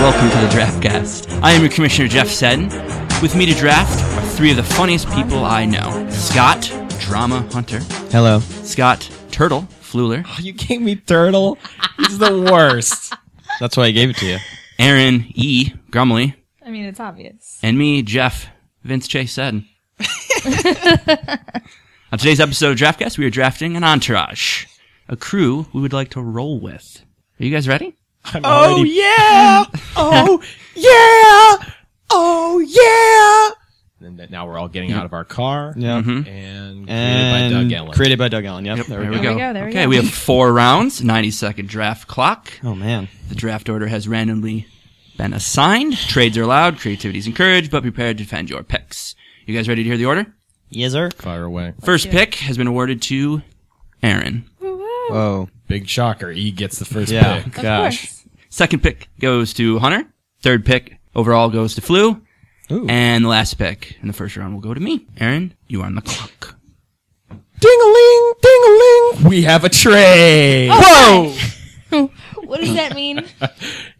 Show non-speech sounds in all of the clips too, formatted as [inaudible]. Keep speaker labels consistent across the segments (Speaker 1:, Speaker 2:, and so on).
Speaker 1: welcome to the Draftcast. I am your commissioner, Jeff Seddon. With me to draft are three of the funniest people I know Scott, Drama Hunter,
Speaker 2: Hello.
Speaker 1: Scott, Turtle, Fluler,
Speaker 2: you gave me turtle. He's the worst. [laughs] That's why I gave it to you.
Speaker 1: Aaron, E, Grumley,
Speaker 3: I mean, it's obvious.
Speaker 1: and me, Jeff, Vince Chase
Speaker 3: [laughs]
Speaker 1: Seddon. On today's episode of Draftcast, we are drafting an entourage, a crew we would like to roll with. Are you guys ready?
Speaker 2: I'm already [laughs]
Speaker 4: Oh, yeah! Oh yeah! Oh yeah! And then now we're all getting out of our car
Speaker 2: yeah.
Speaker 4: and
Speaker 2: And
Speaker 4: created by Doug Ellen.
Speaker 2: Mm-hmm. Created by Doug Allen. Yep. There we go.
Speaker 3: we go, there we
Speaker 1: okay,
Speaker 3: go.
Speaker 1: we have four rounds, 90 second draft clock.
Speaker 2: Oh man.
Speaker 1: The draft order has randomly been assigned. Trades are allowed, creativity is encouraged, but prepare to defend your picks. You guys ready to hear the order?
Speaker 2: Yes, sir.
Speaker 4: Fire away.
Speaker 1: First pick has been awarded to Aaron.
Speaker 3: Woo-woo.
Speaker 2: Whoa.
Speaker 4: Big shocker. E gets the first
Speaker 2: Yeah.
Speaker 4: pick.
Speaker 3: Of
Speaker 2: Gosh.
Speaker 3: course.
Speaker 1: Second pick goes to Hunter. Third pick overall goes to Flu.
Speaker 2: Ooh.
Speaker 1: And the last pick in the first round will go to me. Aaron, you are on the clock.
Speaker 4: Ding a ling, ding a ling. We have
Speaker 3: Oh.
Speaker 4: a trade.
Speaker 1: Whoa!
Speaker 3: What does that mean?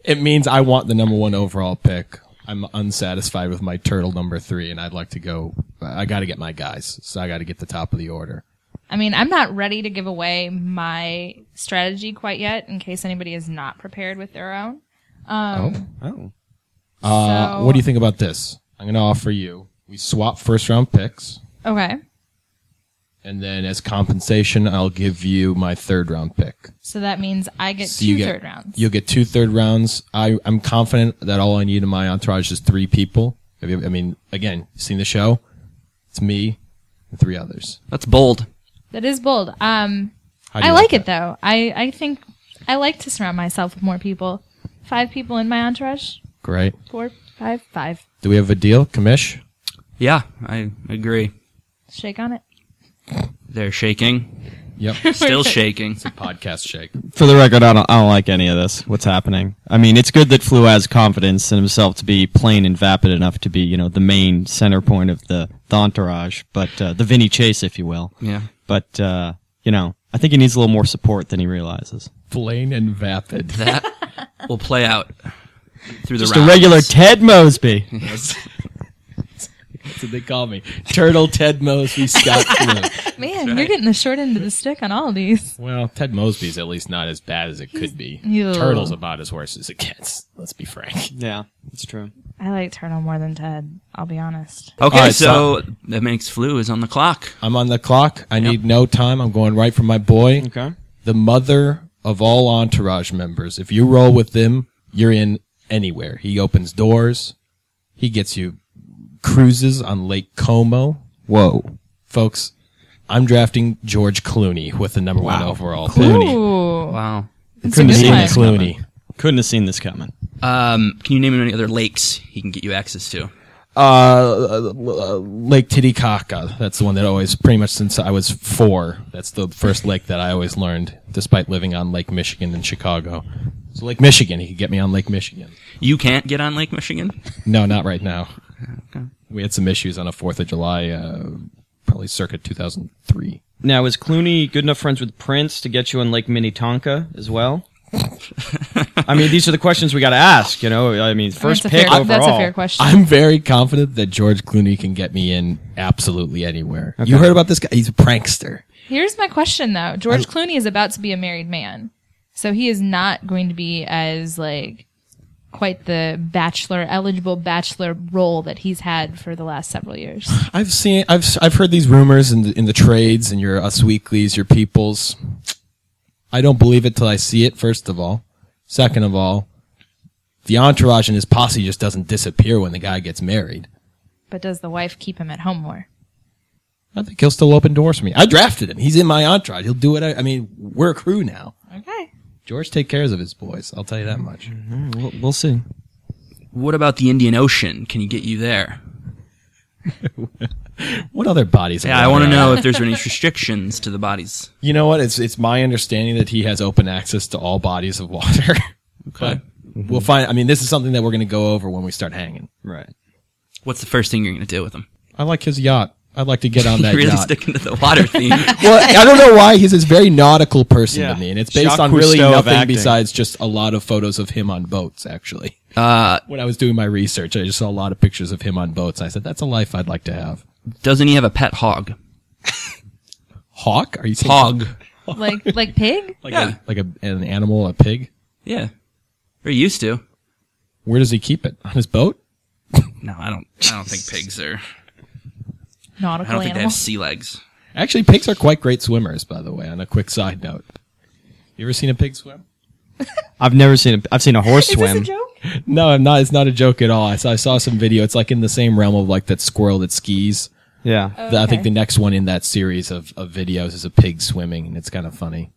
Speaker 4: It means I want the number one overall pick. I'm unsatisfied with my turtle number three, and I'd like to go. I got to get my guys, so I got to get the top of the order.
Speaker 3: [laughs] I mean, I'm not ready to give away my strategy quite yet in case anybody is not prepared with their own.
Speaker 2: Oh.
Speaker 4: Uh,
Speaker 3: So-
Speaker 4: what do you think about this? I'm going to offer you. We swap first round picks.
Speaker 3: Okay.
Speaker 4: And then as compensation, I'll give you my third round pick.
Speaker 3: So that means I get
Speaker 4: So
Speaker 3: two third
Speaker 4: get,
Speaker 3: rounds.
Speaker 4: You'll get two third rounds. I, I'm confident that all I need in my entourage is three people. Have you- I mean, again, seen the show? It's me and three others.
Speaker 1: That's bold.
Speaker 3: that is bold. Um,
Speaker 4: How do
Speaker 3: I
Speaker 4: you
Speaker 3: like it
Speaker 4: that?
Speaker 3: though. I, I think I like to surround myself with more people. Five people in my entourage.
Speaker 4: Great.
Speaker 3: Four, five, five.
Speaker 4: Do we have a deal, Kamish?
Speaker 1: Yeah, I agree.
Speaker 3: Shake on it.
Speaker 1: They're shaking.
Speaker 4: Yep.
Speaker 3: [laughs]
Speaker 1: Still shaking.
Speaker 4: Podcast shake.
Speaker 2: For the record, I don't, I don't like any of this. What's happening? I mean, it's good that Flew has confidence in himself to be plain and vapid enough to be, you know, the main center point of the, the entourage, but uh, the Vinny Chase, if you will.
Speaker 1: Yeah.
Speaker 2: But uh, you know, I think he needs a little more support than he realizes.
Speaker 4: Plain and vapid.
Speaker 1: That will play out through the
Speaker 2: Just a
Speaker 1: rounds.
Speaker 2: regular Ted Mosby.
Speaker 4: That's that's what they call me. Turtle Ted Mosby Scott
Speaker 3: [laughs]
Speaker 4: Blue.
Speaker 3: Man, you're getting the short end of the stick on all of these.
Speaker 4: Well, Ted Mosby's at least not as bad as it could be.
Speaker 3: Ew.
Speaker 4: Turtle's about as worse as it gets. Let's be
Speaker 2: [laughs]
Speaker 4: frank.
Speaker 2: Yeah, it's true.
Speaker 3: I like Turtle more than Ted. I'll be honest.
Speaker 1: Okay,
Speaker 4: All right,
Speaker 1: so that makes Flu is on the clock.
Speaker 4: I'm on the clock. I need no time. I'm going right for my boy,
Speaker 2: Okay.
Speaker 4: the mother of all entourage members. If you roll with him, you're in anywhere. He opens doors. He gets you cruises on Lake Como.
Speaker 2: Whoa.
Speaker 4: Folks, I'm drafting George Clooney with the number one overall. pick.
Speaker 2: Clooney.
Speaker 3: Ooh,
Speaker 1: Wow.
Speaker 3: it's
Speaker 4: Couldn't
Speaker 3: a
Speaker 4: have
Speaker 3: good
Speaker 4: seen
Speaker 3: one.
Speaker 4: Clooney.
Speaker 2: Couldn't have seen this coming.
Speaker 1: Um, can you name him any other lakes he can get you access to?
Speaker 4: Uh, Lake Titicaca. That's the one that always, pretty much since I was four, that's the first lake that I always learned, despite living on Lake Michigan in Chicago. So Lake Michigan, he could get me on Lake Michigan.
Speaker 1: You can't get on Lake Michigan.
Speaker 4: No, not right now. We had some issues on a 4th of July, uh, probably circa 2003.
Speaker 2: Now, is Clooney good enough friends with Prince to get you on Lake Minnetonka as well? I mean, these are the questions we got to ask. You know, I mean, first
Speaker 3: That's a
Speaker 2: pick
Speaker 3: fair,
Speaker 2: overall.
Speaker 3: That's a fair question.
Speaker 4: I'm very confident that George Clooney can get me in absolutely anywhere. You heard about this guy? He's a prankster.
Speaker 3: Here's my question though. George Clooney is about to be a married man. So he is not going to be as like quite the bachelor eligible bachelor role that he's had for the last several
Speaker 4: [laughs]
Speaker 3: years.
Speaker 4: I've seen, I've, I've heard these rumors in the, in the trades and your Us Weeklies, your Peoples. I don't believe it till I see it. First of all, second of all, the entourage and his posse just doesn't disappear when the guy gets married.
Speaker 3: But does the wife keep him at home more?
Speaker 4: I think he'll still open doors for me. I drafted him. He's in my entourage. He'll do what I, I mean. We're a crew now.
Speaker 3: Okay.
Speaker 4: George take cares of his boys. I'll tell you that much.
Speaker 1: Mm-hmm.
Speaker 2: We'll, we'll see.
Speaker 1: What about the Indian Ocean? Can you get you there?
Speaker 4: What other bodies?
Speaker 1: Yeah, I want to know if there's [laughs] any restrictions to the bodies.
Speaker 4: You know what? It's it's my understanding that he has open access to all bodies of water. [laughs]
Speaker 1: Okay. Mm-hmm.
Speaker 4: we'll find. I mean, this is something that we're going to go over when we start hanging.
Speaker 2: Right.
Speaker 1: [laughs] What's the first thing you're going to do with them?
Speaker 4: I like his yacht. I'd like to
Speaker 1: [laughs]
Speaker 4: get on that
Speaker 1: You're really
Speaker 4: yacht.
Speaker 1: sticking to the water [laughs] theme.
Speaker 4: well, I don't know why he's this very nautical person
Speaker 2: Yeah.
Speaker 4: to me, and it's based
Speaker 2: Jacques
Speaker 4: on really
Speaker 2: Cousteau of
Speaker 4: nothing
Speaker 2: acting.
Speaker 4: besides just a lot of photos of him on boats. Actually,
Speaker 1: Uh,
Speaker 4: when I was doing my research, I just saw a lot of pictures of him on boats. and I said, "That's a life I'd like to have."
Speaker 1: doesn't he have a pet hog?
Speaker 4: Hawk? Are you saying
Speaker 1: Hog.
Speaker 4: [laughs]
Speaker 3: like like pig.
Speaker 4: Like
Speaker 1: Yeah.
Speaker 4: a, like a, an animal, a pig?
Speaker 1: Yeah. Or he used to.
Speaker 4: Where does he keep it? On his boat?
Speaker 1: No, I don't. I don't think pigs are. I
Speaker 3: Nautical
Speaker 1: don't think they have
Speaker 3: animals.
Speaker 1: sea legs.
Speaker 4: Actually, pigs are quite great swimmers, by the way. On a quick side note, you ever seen a pig swim?
Speaker 2: I've never seen. A, I've seen a horse
Speaker 3: [laughs] Is this a
Speaker 2: swim.
Speaker 3: joke?
Speaker 4: No, I'm not. It's not a joke at all. I saw, I saw some video. It's like in the same realm of like that squirrel that skis.
Speaker 2: Yeah.
Speaker 4: The- I think
Speaker 3: Okay.
Speaker 4: the next one in that series of, of videos is a pig swimming, and it's kind of funny.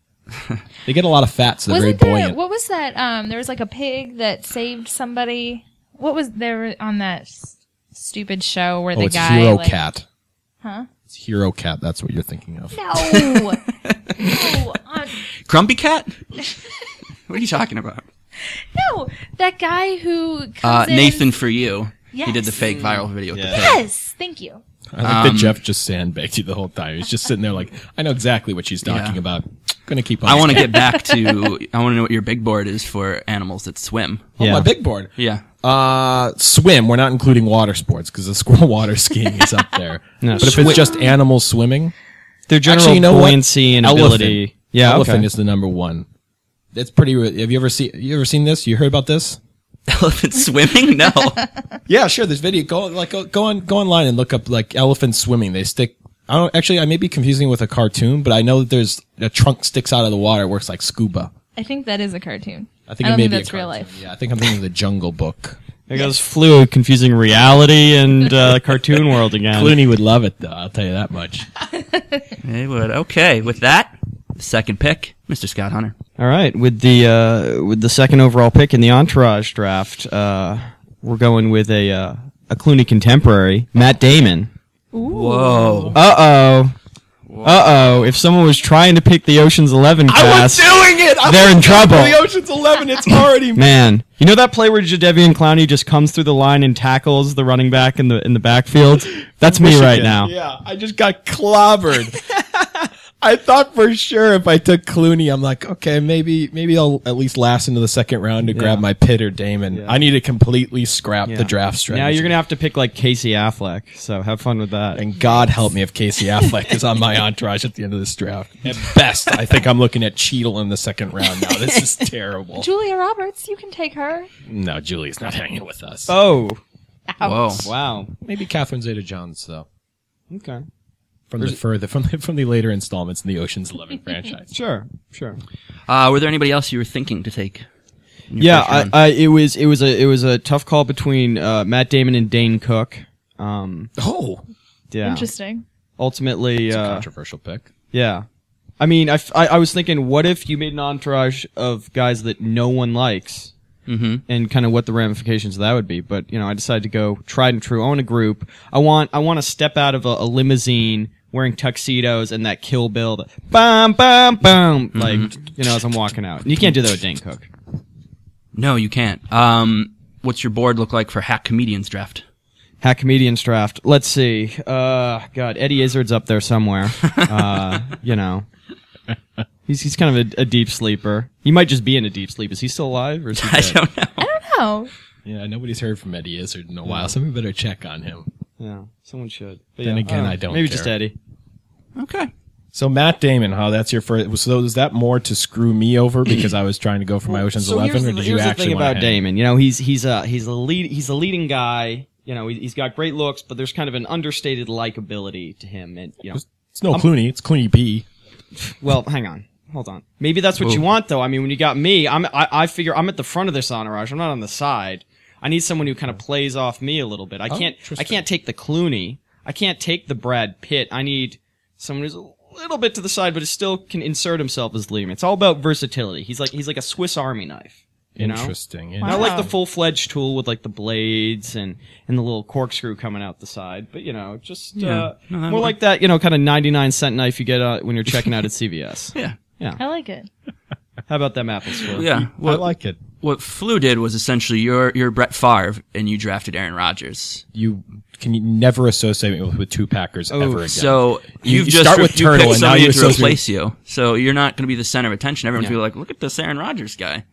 Speaker 4: they get a lot of fat, so they're
Speaker 3: Wasn't
Speaker 4: very
Speaker 3: there?
Speaker 4: buoyant.
Speaker 3: What was that? Um, there was like a pig that saved somebody. What was there on that s- stupid show where
Speaker 4: oh,
Speaker 3: the
Speaker 4: it's
Speaker 3: guy?
Speaker 4: Hero
Speaker 3: like-
Speaker 4: Cat. Huh? It's Hero Cat. That's what you're thinking of. [laughs]
Speaker 3: No. no, um,
Speaker 1: Grumpy cat? what are you talking about?
Speaker 3: no, that guy who
Speaker 1: Uh,
Speaker 3: comes in-
Speaker 1: Nathan for you. He did the
Speaker 3: Yes.
Speaker 1: fake viral video with
Speaker 2: Yeah.
Speaker 1: the pig.
Speaker 3: Yes, thank you.
Speaker 4: I think that Jeff just sandbagged you the whole time. He's just sitting there like, I know exactly what she's talking
Speaker 1: Yeah.
Speaker 4: about. Gonna keep on.
Speaker 1: I
Speaker 4: [laughs]
Speaker 1: want to get back to. I want to know what your big board is for animals that swim.
Speaker 4: Oh,
Speaker 2: Yeah.
Speaker 4: my big board.
Speaker 1: Yeah. [laughs]
Speaker 4: Uh, swim. We're not including water sports because the [laughs] squirrel water skiing is up there.
Speaker 2: No,
Speaker 4: but if it's just animal swimming,
Speaker 2: Their general
Speaker 4: Actually, you know what?
Speaker 2: buoyancy and
Speaker 4: Elephant.
Speaker 2: ability. Yeah.
Speaker 4: elephant
Speaker 2: okay.
Speaker 4: is the number one. That's pretty. re- Have you ever seen? You ever seen this? You heard about this?
Speaker 1: Elephant swimming? No.
Speaker 4: Yeah, sure. This video go like go, go on go online and look up like elephants swimming. They stick. I don't actually. I may be confusing it with a cartoon, but I know that there's a trunk sticks out of the water. It works like scuba.
Speaker 3: I think that is a cartoon.
Speaker 4: I think
Speaker 3: I
Speaker 4: it
Speaker 3: don't
Speaker 4: may
Speaker 3: think
Speaker 4: be a
Speaker 3: that's real
Speaker 4: cartoon.
Speaker 3: life.
Speaker 4: Yeah, I think I'm thinking of the Jungle
Speaker 2: [laughs]
Speaker 4: Book.
Speaker 2: There goes fluid, confusing reality and uh, cartoon world again.
Speaker 4: Clooney would love it, though. I'll tell you that much.
Speaker 1: They would. Okay. With that, second pick, Mr. Scott Hunter.
Speaker 2: All right, with the uh, with the second overall pick in the Entourage draft, uh, we're going with a uh, a Clooney contemporary, Matt Damon.
Speaker 1: Whoa.
Speaker 2: Uh oh. Uh oh. If someone was trying to pick the Ocean's Eleven cast,
Speaker 4: doing it. I
Speaker 2: They're in
Speaker 4: was doing
Speaker 2: trouble.
Speaker 4: The Ocean's Eleven. It's already.
Speaker 2: man, you know that play where Jadevian Clowney just comes through the line and tackles the running back in the in the
Speaker 4: [laughs]
Speaker 2: backfield? That's me right now.
Speaker 4: Yeah, I just got clobbered. I thought for sure if I took Clooney, I'm like, okay, maybe maybe I'll at least last into the second round to grab my Pitt or Damon. I need to completely scrap
Speaker 2: Yeah.
Speaker 4: the draft strategy.
Speaker 2: Now you're gonna have to pick like Casey Affleck. So have fun with that.
Speaker 4: and God help me if Casey Affleck is on my entourage at the end of this draft. At best, I think I'm looking at Cheadle in the second round now. This
Speaker 2: [laughs]
Speaker 4: is terrible.
Speaker 3: Julia Roberts, you can take her.
Speaker 4: no, Julie's not hanging with us.
Speaker 2: Oh
Speaker 1: Whoa.
Speaker 2: wow.
Speaker 4: maybe Catherine Zeta-Jones though.
Speaker 2: Okay.
Speaker 4: From the further from the, from the later installments in the Ocean's Eleven franchise.
Speaker 2: [laughs] Sure. Sure.
Speaker 1: Uh, were there anybody else you were thinking to take? in your
Speaker 2: Yeah,
Speaker 1: first
Speaker 2: I,
Speaker 1: round?
Speaker 2: I, it was it was a it was a tough call between uh, Matt Damon and Dane Cook. Um,
Speaker 4: Oh,
Speaker 2: yeah.
Speaker 3: Interesting.
Speaker 2: Ultimately, uh,
Speaker 4: controversial pick.
Speaker 2: yeah. I mean, I, f- I- I was thinking, what if you made an entourage of guys that no one likes, mm-hmm. and kind of what the ramifications of that would be. But you know, I decided to go tried and true. I want a group. I want I want to step out of a, a limousine wearing tuxedos and that Kill Bill, that bam bam bam, like you know, as I'm walking out. And you can't do that with Dane Cook.
Speaker 1: no, you can't. Um, what's your board look like for Hack Comedians draft?
Speaker 2: Hack comedians draft. Let's see. Uh, God, Eddie Izzard's up
Speaker 1: [laughs]
Speaker 2: there somewhere. Uh, you know, he's he's kind of a, a deep sleeper. He might just be in a deep sleep. Is he still alive? Or is he
Speaker 1: [laughs] [laughs] I
Speaker 2: dead?
Speaker 1: don't know.
Speaker 3: Oh,
Speaker 4: Yeah, nobody's heard from Eddie Izzard in a while. Somebody better check on him.
Speaker 2: Yeah, someone should. But
Speaker 4: Then
Speaker 2: yeah,
Speaker 4: again,
Speaker 2: uh,
Speaker 4: I don't
Speaker 2: Maybe
Speaker 4: care.
Speaker 2: just Eddie.
Speaker 1: Okay.
Speaker 4: So Matt Damon, how that's your first? So is that more to screw me over because I was trying to go for my Ocean's
Speaker 2: so
Speaker 4: Eleven,
Speaker 2: here's
Speaker 4: or
Speaker 2: the,
Speaker 4: did you
Speaker 2: here's the
Speaker 4: actually
Speaker 2: thing
Speaker 4: wanna
Speaker 2: about
Speaker 4: hang?
Speaker 2: Damon. You know, he's he's a he's a lead he's a leading guy. You know, he, he's got great looks, but there's kind of an understated likability to him. And you know,
Speaker 4: It's no Clooney. It's Clooney B.
Speaker 2: Well, hang on. Hold on. Maybe that's what you want, though. I mean, when you got me, I'm, I, I figure I'm at the front of this entourage. I'm not on the side. I need someone who kind of plays off me a little bit.
Speaker 1: Oh,
Speaker 2: I can't. I
Speaker 4: interesting.
Speaker 2: can't take the Clooney. I can't take the Brad Pitt. I need someone who's a little bit to the side, but is still can insert himself as Liam. It's all about versatility. He's like he's like a Swiss Army knife. You know.
Speaker 4: Interesting. yeah.
Speaker 2: Not like the full fledged tool with like the blades and and the little corkscrew coming out the side, but you know, just uh,
Speaker 1: No, that
Speaker 2: more
Speaker 1: would-
Speaker 2: like that, you know, kind of ninety nine cent knife you get uh, when you're checking out at [laughs] CVS.
Speaker 1: Yeah.
Speaker 3: I like it.
Speaker 2: How about them apples? Phil?
Speaker 1: Yeah.
Speaker 4: I
Speaker 1: What,
Speaker 4: like it.
Speaker 1: what Flew did was essentially you're you're Brett Favre and you drafted Aaron Rodgers.
Speaker 4: You can you never associate me with, with two Packers
Speaker 2: Oh,
Speaker 4: ever again.
Speaker 1: So
Speaker 4: You-
Speaker 1: you've
Speaker 4: you
Speaker 1: just
Speaker 4: start
Speaker 1: re-
Speaker 4: with
Speaker 1: you
Speaker 4: Turtle
Speaker 1: picked
Speaker 4: and now
Speaker 1: somebody
Speaker 4: you're
Speaker 1: to
Speaker 4: supposed to-
Speaker 1: replace you. So you're not going to be the center of attention. Everyone's going to be like, look at this Aaron Rodgers guy.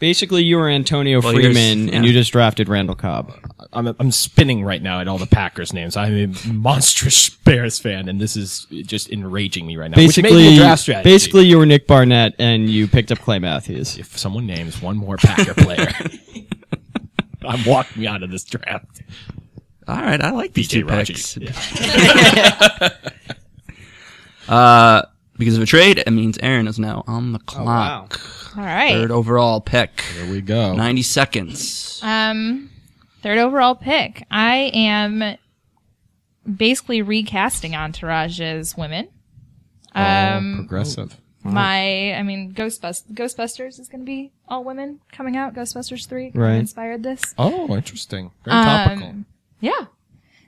Speaker 2: Basically, you were Antonio
Speaker 1: Well, here's-
Speaker 2: Freeman,
Speaker 1: yeah.
Speaker 2: and you just drafted Randall Cobb.
Speaker 4: I'm, I'm spinning right now at all the Packers names. I'm a monstrous [laughs] Bears fan, and this is just enraging me right now. which may be
Speaker 2: Basically,
Speaker 4: a draft strategy.
Speaker 2: basically, you were Nick Barnett, and you picked up Clay Matthews.
Speaker 4: if someone names one more Packer player, [laughs] I'm walking out of this draft.
Speaker 1: All right, I like these
Speaker 4: B.J.
Speaker 1: two
Speaker 4: Rodgers.
Speaker 1: picks. uh, because of a trade, it means Aaron is now on the clock.
Speaker 3: All right.
Speaker 1: Third overall pick.
Speaker 4: Here we go.
Speaker 1: 90 seconds.
Speaker 3: Um, third overall pick. I am basically recasting Entourage as women. Um,
Speaker 4: progressive.
Speaker 3: my, I mean, Ghostbusters, Ghostbusters is going to be all women coming out. Ghostbusters 3
Speaker 2: Right.
Speaker 3: inspired this. Um,
Speaker 4: Oh, interesting. Very topical.
Speaker 3: Yeah.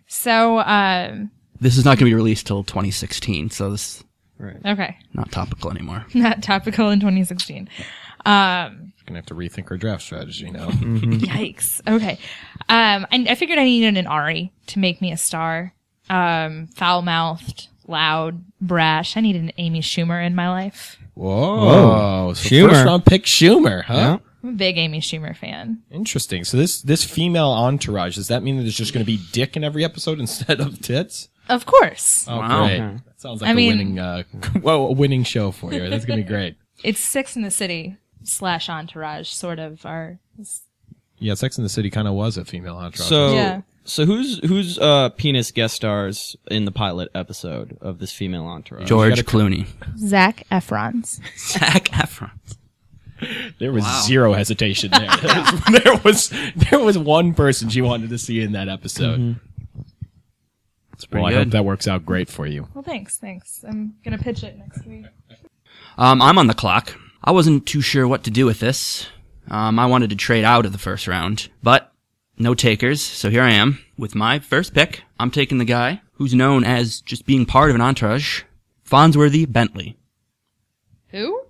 Speaker 3: So, um,
Speaker 1: This is not going to be released till 2016, so this is
Speaker 3: okay. [laughs]
Speaker 1: not topical anymore.
Speaker 3: Not topical in
Speaker 4: [laughs]
Speaker 3: 2016.
Speaker 4: Gonna have to rethink our draft strategy now.
Speaker 3: Yikes. Okay. Um, I, I figured I needed an Ari to make me a star. Um, foul mouthed, loud, brash. I needed an Amy Schumer in my life.
Speaker 4: Whoa.
Speaker 2: Whoa.
Speaker 4: So
Speaker 2: Schumer.
Speaker 4: First round pick Schumer, huh?
Speaker 3: I'm a big Amy Schumer fan.
Speaker 4: Interesting. So this this female entourage, does that mean that there's just gonna be dick in every episode [laughs] instead of tits?
Speaker 3: Of course.
Speaker 4: Oh,
Speaker 1: Wow.
Speaker 4: great. That sounds like
Speaker 3: I
Speaker 4: a
Speaker 3: mean-
Speaker 4: winning uh [laughs] whoa, a winning show for you. That's gonna be great.
Speaker 3: It's Six in the City slash Entourage, sort of. Our
Speaker 4: Yeah, Sex in the City kinda was a female entourage.
Speaker 2: So,
Speaker 3: Yeah.
Speaker 2: so who's who's uh, penis guest stars in the pilot episode of this female entourage?
Speaker 1: George Clooney. [laughs]
Speaker 3: Zach Efron's.
Speaker 1: Zach Efron.
Speaker 4: There was
Speaker 1: Wow.
Speaker 4: zero hesitation there.
Speaker 1: [laughs]
Speaker 4: [laughs] there was there was one person she wanted to see in that episode.
Speaker 2: Mm-hmm.
Speaker 1: It's pretty
Speaker 4: Well, I
Speaker 1: good.
Speaker 4: hope that works out great for you.
Speaker 3: Well, thanks, thanks. I'm gonna pitch it next week.
Speaker 1: Um, I'm on the clock. I wasn't too sure what to do with this. Um, I wanted to trade out of the first round, but no takers, so here I am with my first pick. I'm taking the guy who's known as just being part of an entourage, Fonsworthy Bentley.
Speaker 3: Who?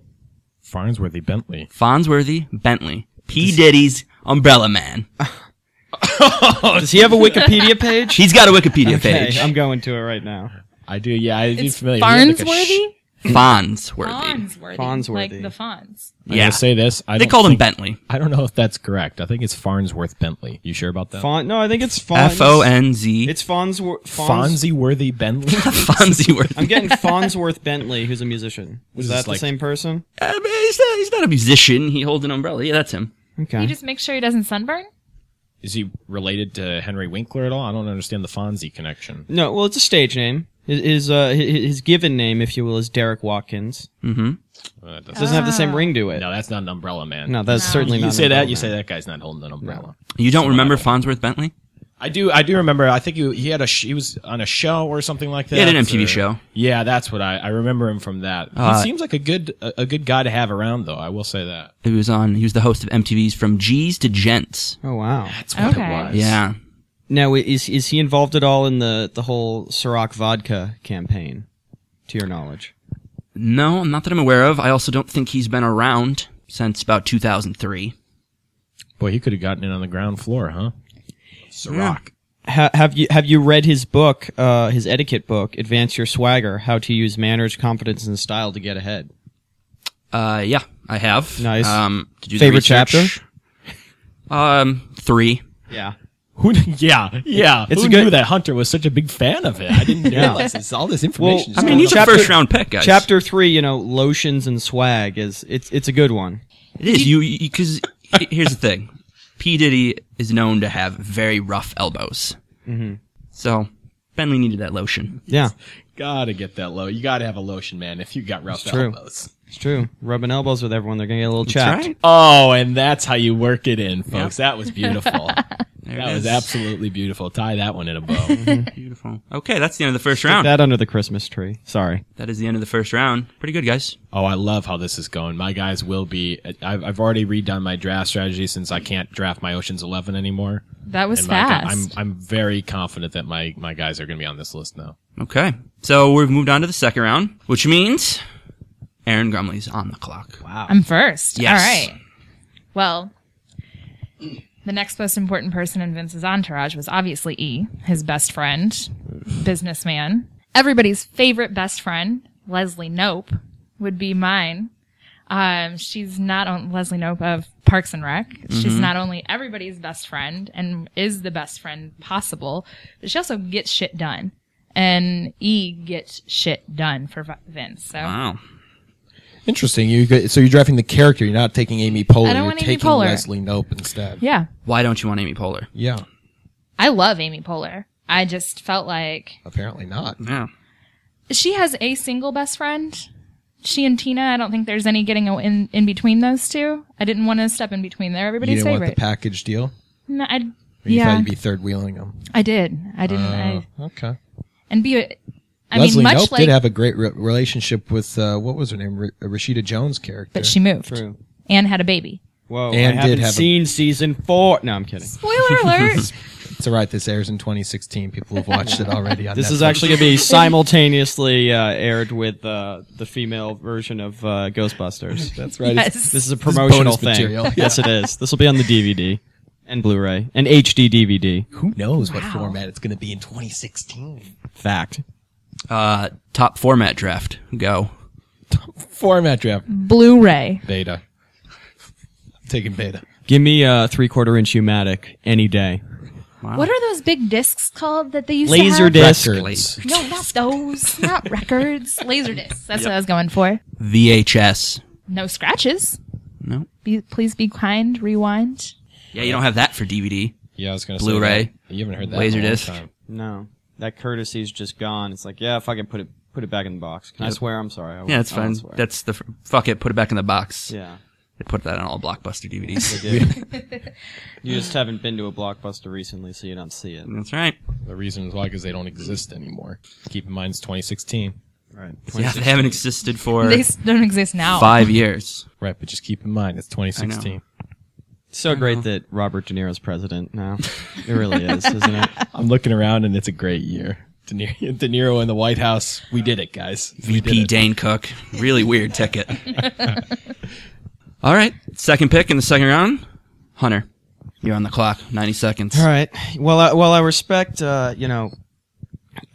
Speaker 4: Farnsworthy Bentley.
Speaker 1: Fonsworthy Bentley, P Diddy's umbrella man.
Speaker 2: Does he have a [laughs] Wikipedia page?
Speaker 1: He's got a Wikipedia
Speaker 2: Okay, um,
Speaker 1: page.
Speaker 2: I'm going to it right now.
Speaker 4: I do, yeah, I do
Speaker 3: It's
Speaker 4: familiar. He had like a sh-
Speaker 3: Farnsworthy.
Speaker 1: Fonsworthy.
Speaker 3: Farnsworthy.
Speaker 2: Farnsworthy.
Speaker 3: Like the Fons.
Speaker 4: I'm
Speaker 1: Yeah,
Speaker 4: gonna say this. I
Speaker 1: they
Speaker 4: don't
Speaker 1: called him
Speaker 4: think-
Speaker 1: Bentley.
Speaker 4: I don't know if that's correct. I think it's Farnsworth Bentley. You sure about that?
Speaker 2: Fon- no, I think it's Fons.
Speaker 1: F O N E. Z.
Speaker 2: It's Fons. Fons.
Speaker 4: Fonzie Worthy
Speaker 1: [laughs]
Speaker 4: Bentley. [laughs]
Speaker 1: Fonzieworthy.
Speaker 2: [laughs] I'm getting Fonsworth Bentley, who's a musician.
Speaker 4: Was
Speaker 2: Is
Speaker 4: this
Speaker 2: that
Speaker 4: like-
Speaker 2: the same person?
Speaker 1: I mean, Uh, he's, not, he's not a musician. He holds an umbrella. Yeah, that's him.
Speaker 2: Okay.
Speaker 4: Hmm.
Speaker 3: You just make sure he doesn't sunburn.
Speaker 4: Is he related to Henry Winkler at all? I don't understand the Fonzie connection.
Speaker 2: No, well, it's a stage name. His his, uh, hi- his given name, if you will, is Derek Watkins.
Speaker 4: Uh, that's-
Speaker 2: It doesn't have the same ring to it.
Speaker 4: no, that's not an umbrella man.
Speaker 2: No, that's
Speaker 3: No.
Speaker 2: certainly
Speaker 4: you
Speaker 2: not.
Speaker 4: say
Speaker 2: an
Speaker 4: that.
Speaker 2: umbrella
Speaker 4: You say
Speaker 2: man.
Speaker 4: that guy's not holding an umbrella.
Speaker 1: You don't remember Fonsworth Bentley?
Speaker 4: I do. I do remember. I think he, he had a sh- he was on a show or something like that.
Speaker 1: Yeah, an MTV
Speaker 4: or-
Speaker 1: show.
Speaker 4: Yeah, that's what I, I remember him from. That
Speaker 1: Uh,
Speaker 4: he seems like a good a, a good guy to have around, though. I will say that.
Speaker 1: He was on. He was the host of MTV's From G's to Gents.
Speaker 2: Oh wow!
Speaker 4: That's what
Speaker 3: Okay.
Speaker 4: it was.
Speaker 1: Yeah,
Speaker 2: Now, is is he involved at all in the the whole Ciroc vodka campaign? To your knowledge,
Speaker 1: no, not that I'm aware of. I also don't think he's been around since about 2003.
Speaker 4: Boy, he could have gotten in on the ground floor, huh? Ciroc.
Speaker 2: ha- have you have you read his book, uh, his etiquette book, "Advance Your Swagger: How to Use Manners, Confidence, and Style to Get Ahead"?
Speaker 1: Uh, yeah, I have.
Speaker 2: Nice.
Speaker 1: Um, did you
Speaker 2: Favorite
Speaker 1: chapter? Um, three.
Speaker 2: Yeah.
Speaker 4: Who? [laughs] Yeah, yeah.
Speaker 2: It's
Speaker 4: Who
Speaker 2: a good-
Speaker 4: knew that Hunter was such a big fan of it?
Speaker 2: [laughs]
Speaker 4: I didn't
Speaker 2: Yeah.
Speaker 4: realize it's all this information.
Speaker 2: I
Speaker 1: I
Speaker 2: mean,
Speaker 1: mean, he's
Speaker 2: Chapter-
Speaker 1: a first round pick, guys.
Speaker 2: Chapter three, you know, lotions and swag is it's it's a good one.
Speaker 1: It is you because here's the thing. P Diddy is known to have very rough elbows.
Speaker 2: Mm-hmm.
Speaker 1: So Bentley needed that lotion.
Speaker 2: Yeah,
Speaker 4: gotta get that low. You gotta have a lotion, man. If you got rough
Speaker 2: true.
Speaker 4: elbows.
Speaker 2: it's true. Rubbing elbows with everyone, they're gonna get a little chapped.
Speaker 1: right.
Speaker 4: Oh, and that's how you work it in, folks. That
Speaker 2: [laughs]
Speaker 4: was beautiful. that
Speaker 1: There it
Speaker 4: was
Speaker 1: is.
Speaker 4: absolutely beautiful. Tie that one in
Speaker 2: [laughs]
Speaker 4: a bow.
Speaker 1: [laughs] beautiful. Okay, that's the end of the first round.
Speaker 2: That under the Christmas tree. Sorry.
Speaker 1: that is the end of the first round. Pretty good, guys.
Speaker 4: oh, I love how this is going. My guys will be. I've, I've already redone my draft strategy since I can't draft my Ocean's Eleven anymore.
Speaker 3: That was
Speaker 4: And my,
Speaker 3: fast.
Speaker 4: I'm I'm very confident that my my guys are going to be on this list now.
Speaker 1: Okay. So we've moved on to the second round, which means Aaron Grumley's on the clock.
Speaker 3: I'm first.
Speaker 1: Yes.
Speaker 3: All right. Well, The next most important person in Vince's entourage was obviously E, his best friend, businessman. Everybody's favorite best friend, Leslie Nope, would be mine. Um, she's not on Leslie Nope of Parks and Rec.
Speaker 1: Mm-hmm.
Speaker 3: She's not only everybody's best friend and is the best friend possible, but she also gets shit done. And E gets shit done for Vi- Vince. So
Speaker 1: Wow.
Speaker 4: Interesting. You got, so you're drafting the character. You're not taking Amy Poehler.
Speaker 3: I don't
Speaker 4: you're
Speaker 3: want Amy
Speaker 4: taking
Speaker 3: Poehler.
Speaker 4: Leslie Nope instead.
Speaker 3: yeah,
Speaker 1: Why don't you want Amy Poehler?
Speaker 4: Yeah.
Speaker 3: I love Amy Poehler. I just felt like
Speaker 4: Apparently not.
Speaker 1: Yeah.
Speaker 3: she has a single best friend. She and Tina. I don't think there's any getting a- in in between those two. I didn't want to step in between. They're
Speaker 4: You
Speaker 3: everybody's
Speaker 4: didn't want
Speaker 3: favorite.
Speaker 4: the package deal.
Speaker 3: No, I,
Speaker 4: Or you thought
Speaker 3: yeah,
Speaker 4: you'd be third wheeling them.
Speaker 3: I did. I didn't. I,
Speaker 4: Okay.
Speaker 3: and be. a- I
Speaker 4: Leslie
Speaker 3: mean, much
Speaker 4: Nope
Speaker 3: like,
Speaker 4: did have a great re- relationship with uh, what was her name, Ra- Rashida Jones character.
Speaker 3: but she moved
Speaker 2: True.
Speaker 3: and had a baby.
Speaker 2: Whoa,
Speaker 4: And did
Speaker 2: I haven't
Speaker 4: have a-
Speaker 2: seen season four. No, I'm kidding.
Speaker 4: [laughs]
Speaker 3: Spoiler alert!
Speaker 4: it's all right. This airs in 2016. People have watched it already. On
Speaker 2: This is
Speaker 4: Netflix.
Speaker 2: actually going to be simultaneously uh, aired with uh, the female version of uh,
Speaker 4: [laughs]
Speaker 2: Ghostbusters. That's
Speaker 4: right.
Speaker 3: [laughs] Yes.
Speaker 2: This is a promotional
Speaker 4: bonus
Speaker 2: thing.
Speaker 4: material.
Speaker 2: [laughs] Yes, it is. This will be on the DVD and Blu-ray and HD DVD.
Speaker 4: Who knows what
Speaker 3: Wow.
Speaker 4: format it's going to be in 2016?
Speaker 2: Fact.
Speaker 1: Uh, top format draft. Go.
Speaker 4: Format draft.
Speaker 3: Blu-ray.
Speaker 4: Beta. I'm taking beta.
Speaker 2: Give me a three-quarter inch U-matic any day.
Speaker 3: What are those big discs called that they used
Speaker 2: Laser
Speaker 3: to have?
Speaker 2: disc.
Speaker 1: Records.
Speaker 3: No, not those. Not
Speaker 4: [laughs]
Speaker 3: records. Laser discs. That's what I was going for.
Speaker 1: VHS.
Speaker 3: No scratches.
Speaker 1: No.
Speaker 3: Be, please be kind. Rewind.
Speaker 1: Yeah, you don't have that for DVD.
Speaker 4: Yeah, I was going to
Speaker 1: Blu-ray.
Speaker 4: You haven't heard that. in a long
Speaker 1: Laserdisc.
Speaker 4: time.
Speaker 2: No, that courtesy is just gone. It's like, yeah, fucking put it, put it back in the box. Can I swear? I'm sorry. I won't-
Speaker 1: Yeah, Oh, that's
Speaker 2: I won't
Speaker 1: fine.
Speaker 2: swear.
Speaker 1: That's the fr- fuck it. Put it back in the box.
Speaker 2: yeah.
Speaker 1: They put that on all blockbuster DVDs. [laughs]
Speaker 2: You just haven't been to a blockbuster recently, so you don't see
Speaker 4: Mm.
Speaker 2: it.
Speaker 1: that's right.
Speaker 4: The reason is why because they don't exist anymore. Keep in mind, it's 2016.
Speaker 2: Right.
Speaker 1: Yeah, they haven't existed for
Speaker 3: They s- don't exist now.
Speaker 1: five years.
Speaker 4: Right, but just keep in mind, it's 2016.
Speaker 2: So great that Robert De Niro's president
Speaker 4: [laughs]
Speaker 2: now. It really is, isn't it?
Speaker 4: I'm looking around, and it's a great year. De Niro, [laughs] De Niro in the White House. We did it, guys. We did
Speaker 1: VP
Speaker 4: it.
Speaker 1: Dane Cook. Really weird ticket. All right. Second pick in the second round. Hunter, you're on the clock. 90 seconds.
Speaker 2: All right. Well, I, well, I respect uh, you know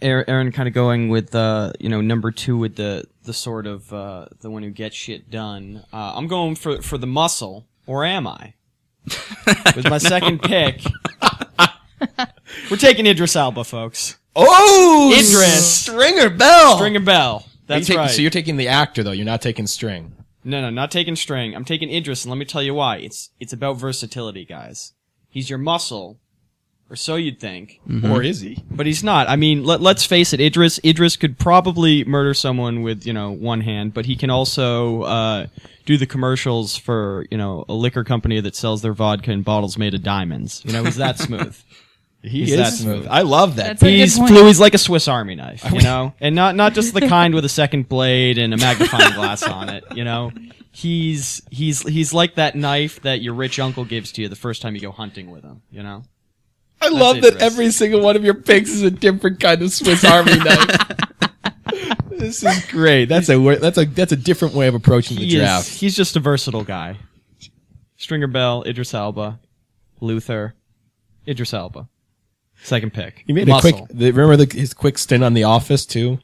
Speaker 2: Aaron, Aaron kind of going with uh, you know number two with the the sort of uh, the one who gets shit done. Uh, I'm going for for the muscle, or am
Speaker 4: [laughs]
Speaker 2: I? With my second pick, we're taking Idris Alba, folks.
Speaker 4: Oh,
Speaker 2: Idris.
Speaker 4: Stringer Bell.
Speaker 2: String and bell.
Speaker 4: You're
Speaker 2: That's
Speaker 4: taking-
Speaker 2: right.
Speaker 4: So you're taking the actor though. You're not taking string.
Speaker 2: No, no, not taking string. I'm taking Idris, and let me tell you why. It's it's about versatility, guys. He's your muscle, or so you'd think.
Speaker 1: Mm-hmm.
Speaker 4: Or is he?
Speaker 2: But he's not. I mean, let, let's face it. Idris Idris could probably murder someone with you know one hand, but he can also uh, do the commercials for you know a liquor company that sells their vodka in bottles made of diamonds. You know, he's that smooth.
Speaker 4: [laughs] He
Speaker 2: He's
Speaker 4: is
Speaker 2: that
Speaker 4: smooth.
Speaker 2: smooth.
Speaker 4: I love that.
Speaker 3: That's a good
Speaker 2: he's
Speaker 3: point.
Speaker 2: flu. He's like a Swiss Army knife,
Speaker 4: [laughs]
Speaker 2: you know, and not not just the kind with a second blade and a magnifying glass on it. You know, he's he's he's like that knife that your rich uncle gives to you the first time you go hunting with him. You know.
Speaker 4: I love that
Speaker 2: Idris.
Speaker 4: every single one of your picks is a different kind of Swiss Army knife. this is great. That's a wor- that's a that's a different way of approaching the
Speaker 2: He
Speaker 4: draft.
Speaker 2: Is, he's just a versatile guy. Stringer Bell, Idris Alba, Luther, Idris Alba. Second pick.
Speaker 4: He made
Speaker 2: Muscle.
Speaker 4: a quick. The, remember the, his quick stint on The Office too.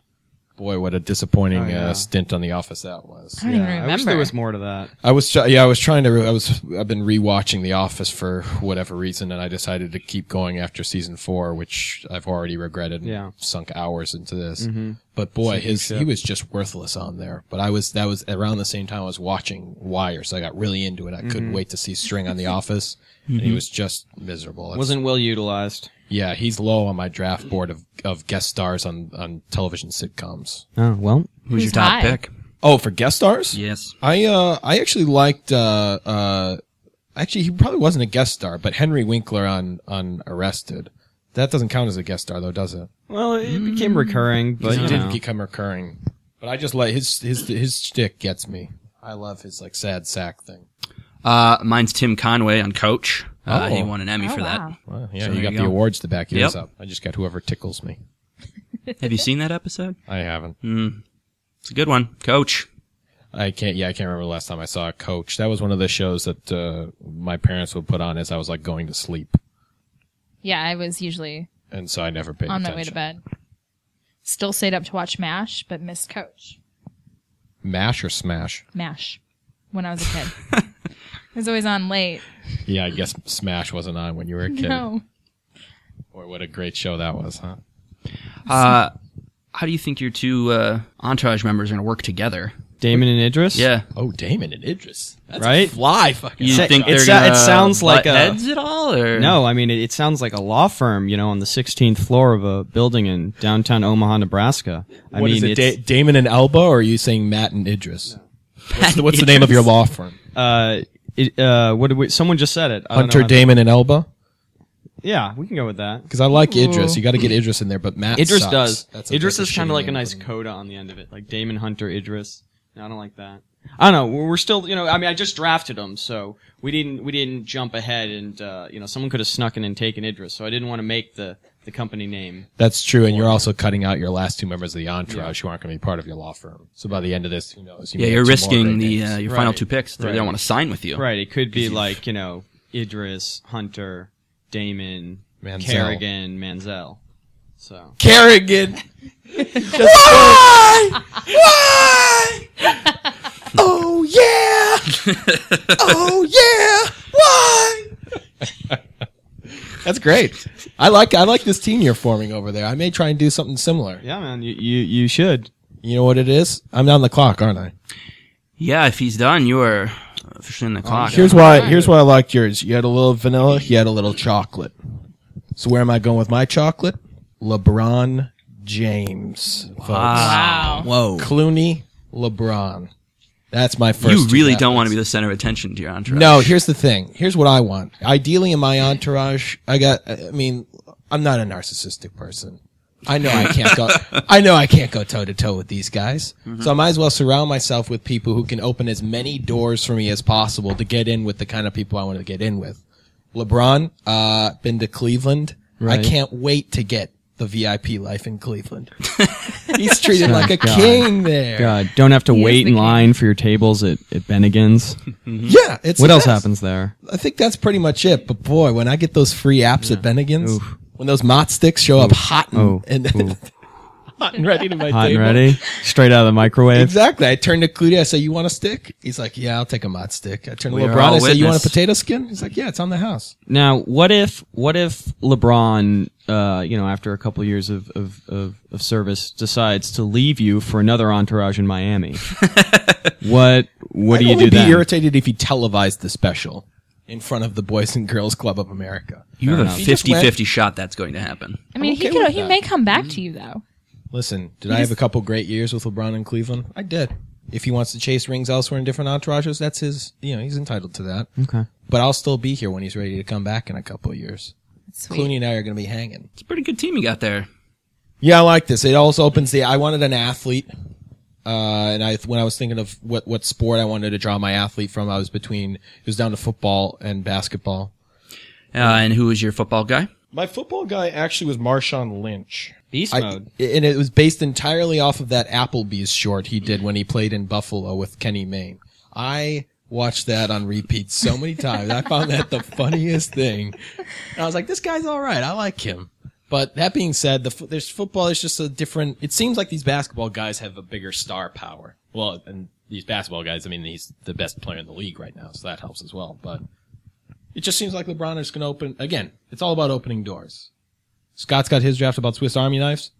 Speaker 4: Boy, what a disappointing
Speaker 2: Oh, yeah.
Speaker 4: uh, stint on The Office that was.
Speaker 3: I don't even remember.
Speaker 2: I wish there was more to that.
Speaker 4: I was try- yeah, I was trying to. Re- I was I've been rewatching The Office for whatever reason, and I decided to keep going after season four, which I've already regretted. and
Speaker 2: Yeah. Mm-hmm.
Speaker 4: sunk hours into this. But boy, his he was just worthless on there. But I was that was around the same time I was watching Wire, so I got really into it. I couldn't
Speaker 2: Mm-hmm.
Speaker 4: wait to see
Speaker 2: [laughs]
Speaker 4: String on The Office, and he was just miserable. It's-
Speaker 2: Wasn't well utilized.
Speaker 4: yeah, he's low on my draft board of, of guest stars on on television sitcoms.
Speaker 2: Oh well.
Speaker 1: Who's, your
Speaker 3: Who's
Speaker 1: top
Speaker 3: high?
Speaker 1: pick?
Speaker 4: Oh, for guest stars?
Speaker 1: Yes.
Speaker 4: I uh I actually liked uh uh actually he probably wasn't a guest star, but Henry Winkler on on Arrested. That doesn't count as a guest star though, does it?
Speaker 2: Well, it became recurring, but
Speaker 4: He
Speaker 2: you
Speaker 4: didn't
Speaker 2: know.
Speaker 4: become recurring. But I just like his his his shtick gets me. I love his like sad sack thing.
Speaker 1: Uh, mine's Tim Conway on Coach. Uh,
Speaker 4: Oh.
Speaker 1: He won an Emmy
Speaker 3: Oh,
Speaker 1: for
Speaker 3: wow. [laughs]
Speaker 4: Wow, yeah,
Speaker 1: So
Speaker 4: you
Speaker 1: there
Speaker 4: got
Speaker 1: you
Speaker 4: the
Speaker 1: go.
Speaker 4: awards to back yours
Speaker 1: Yep.
Speaker 4: up. I just got whoever tickles me.
Speaker 1: that. Have you seen that episode?
Speaker 4: I haven't.
Speaker 1: It's a good one. Coach.
Speaker 4: I can't. Yeah, I can't remember the last time I saw a coach. That was one of the shows that uh, my parents would put on as I was like going to sleep,
Speaker 3: Yeah, I was usually
Speaker 4: and so I never paid
Speaker 3: on
Speaker 4: attention.
Speaker 3: my way to bed. Still stayed up to watch MASH, but missed Coach.
Speaker 4: Mash or Smash?
Speaker 3: MASH when I was a kid. it was always on late.
Speaker 4: Yeah, I guess Smash wasn't on when you were a kid.
Speaker 3: No.
Speaker 4: Boy, what a great show that was, huh?
Speaker 1: Uh, how do you think your two uh, entourage members are going to work together?
Speaker 2: Damon and Idris.
Speaker 1: Yeah.
Speaker 4: Oh, Damon and Idris. That's
Speaker 2: Right?
Speaker 4: Fly fucking.
Speaker 1: You
Speaker 2: Say-
Speaker 1: think they're
Speaker 2: it sa-
Speaker 1: gonna
Speaker 2: it sounds like
Speaker 1: butt
Speaker 2: a-
Speaker 1: heads at all, or
Speaker 2: No, I mean it, it sounds like a law firm, you know, on the 16th floor of a building in downtown Omaha, Nebraska. I
Speaker 4: What
Speaker 2: mean,
Speaker 4: is it,
Speaker 2: it's,
Speaker 4: Da- Damon and Elba, or are you saying Matt and Idris? What's, the, what's
Speaker 1: [laughs]
Speaker 4: the
Speaker 1: Idris?
Speaker 4: name of your law firm?
Speaker 2: uh, it, uh, what did we, someone just said it. I don't know
Speaker 4: Hunter,
Speaker 2: how to-
Speaker 4: Damon, and Elba.
Speaker 2: Yeah, we can go with that.
Speaker 4: Because I like Idris.
Speaker 3: Ooh.
Speaker 4: You got to get Idris in there, but Matt.
Speaker 2: Idris
Speaker 4: sucks.
Speaker 2: does.
Speaker 4: That's a-
Speaker 2: Idris
Speaker 4: that's
Speaker 2: is kind
Speaker 4: shitty
Speaker 2: of like a
Speaker 4: name.
Speaker 2: nice coda on the end of it, like Damon Hunter Idris. No, I don't like that. I don't know. We're we're still, you know, I mean, I just drafted him, so we didn't we didn't jump ahead, and uh, you know, someone could have snuck in and taken Idris, so I didn't want to make the the company name.
Speaker 4: That's true, and you're also cutting out your last two members of the entourage who aren't going to be part of your law firm. So by the end of this, who knows? You
Speaker 1: Yeah,
Speaker 4: may
Speaker 1: you're
Speaker 4: have some more
Speaker 1: risking
Speaker 4: great
Speaker 1: the
Speaker 4: names.
Speaker 1: uh, your final
Speaker 2: Right.
Speaker 1: two picks. They don't want to sign with you.
Speaker 2: Right? It could be like you know Idris Hunter Damon
Speaker 4: Manziel.
Speaker 2: Kerrigan Manzel. So
Speaker 4: Kerrigan. Why? Why? oh yeah. oh yeah. Why? That's great. I like I like this team you're forming over there. I may try and do something similar.
Speaker 2: yeah, man, you you, you should.
Speaker 4: You know what it is? I'm on the clock, aren't I?
Speaker 1: Yeah, if he's done, you are officially in the clock.
Speaker 4: Here's why. Here's why I liked yours. You had a little vanilla. You had a little chocolate. So where am I going with my chocolate? LeBron James. folks.
Speaker 3: Wow.
Speaker 1: Whoa.
Speaker 4: Clooney, LeBron. That's my first.
Speaker 1: You
Speaker 4: two
Speaker 1: really
Speaker 4: battles.
Speaker 1: don't want to be the center of attention to your entourage.
Speaker 4: No, here's the thing. Here's what I want. Ideally, in my entourage, I got. I mean, I'm not a narcissistic person. I know I
Speaker 1: [laughs]
Speaker 4: can't go. I know I can't go toe to toe with these guys. So I might as well surround myself with people who can open as many doors for me as possible to get in with the kind of people I want to get in with. LeBron, uh, been to Cleveland. I
Speaker 2: Right.
Speaker 4: can't wait to get the VIP life in Cleveland. He's treated like a king there.
Speaker 2: God, don't have to
Speaker 3: He is
Speaker 2: wait
Speaker 3: the
Speaker 2: in
Speaker 3: king.
Speaker 2: line for your tables at at [laughs] Bennigan's.
Speaker 4: Yeah, it's
Speaker 2: what else
Speaker 4: that's-
Speaker 2: happens there?
Speaker 4: I think that's pretty much it. But boy, when I get those free apps at Bennigan's, when those mott sticks show up hot and,
Speaker 2: Oh.
Speaker 4: and
Speaker 2: Ooh.
Speaker 4: [laughs] hot and ready to my
Speaker 2: Hot and
Speaker 4: table.
Speaker 2: ready, straight out of the microwave.
Speaker 4: Exactly. I turn to Clooney. I say, "You want a stick?" He's like, "Yeah, I'll take a mott stick." I turn to
Speaker 1: We are
Speaker 4: LeBron. I
Speaker 1: all
Speaker 4: say, "You want a
Speaker 1: witness.
Speaker 4: potato skin?" He's like, "Yeah, it's on the house."
Speaker 2: Now, what if what if LeBron, uh, you know, after a couple years of, of, of, of service, decides to leave you for another entourage in Miami? what what do
Speaker 4: I'd
Speaker 2: you
Speaker 4: only
Speaker 2: do
Speaker 4: be
Speaker 2: then?
Speaker 4: irritated if he televised the special in front of the Boys and Girls Club of America.
Speaker 1: You have a
Speaker 2: enough.
Speaker 4: He just
Speaker 1: 50
Speaker 4: went-
Speaker 1: 50 shot that's going to happen.
Speaker 3: I mean,
Speaker 4: okay
Speaker 3: he could
Speaker 4: with
Speaker 3: he
Speaker 4: that.
Speaker 3: may come back to you though.
Speaker 4: Listen, did I have a couple great years with LeBron in Cleveland? I did. If he wants to chase rings elsewhere in different entourages, that's his. You know, he's entitled to that.
Speaker 2: okay.
Speaker 4: But I'll still be here when he's ready to come back in a couple of years.
Speaker 3: Sweet.
Speaker 4: Clooney and I are going to be hanging.
Speaker 1: It's a pretty good team you got there.
Speaker 4: Yeah, I like this. It also opens the. I wanted an athlete, uh, and I when I was thinking of what what sport I wanted to draw my athlete from, I was between it was down to football and basketball.
Speaker 1: Uh, and who is your football guy?
Speaker 4: My football guy actually was Marshawn Lynch.
Speaker 2: Beast
Speaker 4: I,
Speaker 2: mode.
Speaker 4: and it was based entirely off of that Applebee's short he did when he played in Buffalo with Kenny Mayne. I watched that on repeat
Speaker 2: [laughs]
Speaker 4: so many times. I found that the funniest thing. And I was like, this guy's all right. I like him. But that being said, the fo- there's football is just a different. It seems like these basketball guys have a bigger star power. Well, and these basketball guys, I mean, he's the best player in the league right now, so that helps as well. But it just seems like LeBron is going to open again. It's all about opening doors. Scott's got his draft about Swiss Army knives.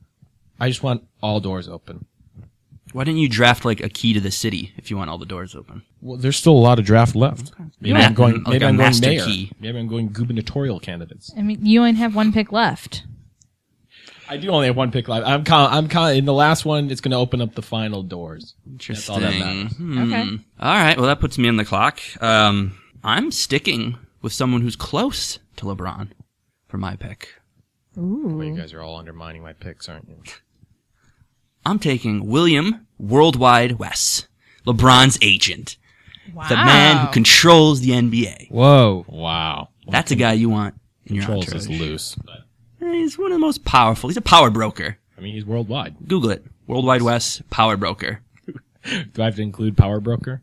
Speaker 4: I just want all doors open.
Speaker 1: Why didn't you draft like a key to the city if you want all the doors open?
Speaker 4: Well, there's still a lot of draft left. Maybe
Speaker 1: Ma-
Speaker 4: I'm going.
Speaker 1: like
Speaker 4: Maybe
Speaker 1: a
Speaker 4: I'm going
Speaker 1: master
Speaker 4: mayor.
Speaker 1: key.
Speaker 4: Maybe I'm going gubernatorial candidates.
Speaker 3: I mean, you only have one pick left.
Speaker 4: I do only have one pick left. I'm con- I'm con- in the last one. It's going to open up the final doors. That's all
Speaker 1: Interesting. Hmm.
Speaker 4: that matters.
Speaker 3: Okay.
Speaker 1: All right. Well, that puts me on the clock. Um, I'm sticking with someone who's close to LeBron for my pick.
Speaker 4: you guys are all undermining my picks, aren't you?
Speaker 1: I'm taking William Worldwide West, LeBron's agent,
Speaker 3: Wow.
Speaker 1: the man who controls the NBA.
Speaker 2: Whoa.
Speaker 4: Wow.
Speaker 1: That's a guy you want in your
Speaker 4: Trolls is
Speaker 1: entourage.
Speaker 4: loose. But,
Speaker 1: Eh, He's one of the most powerful. He's a power broker.
Speaker 4: I mean, he's worldwide.
Speaker 1: Google it. Worldwide West power broker.
Speaker 4: Do I have to include Power Broker?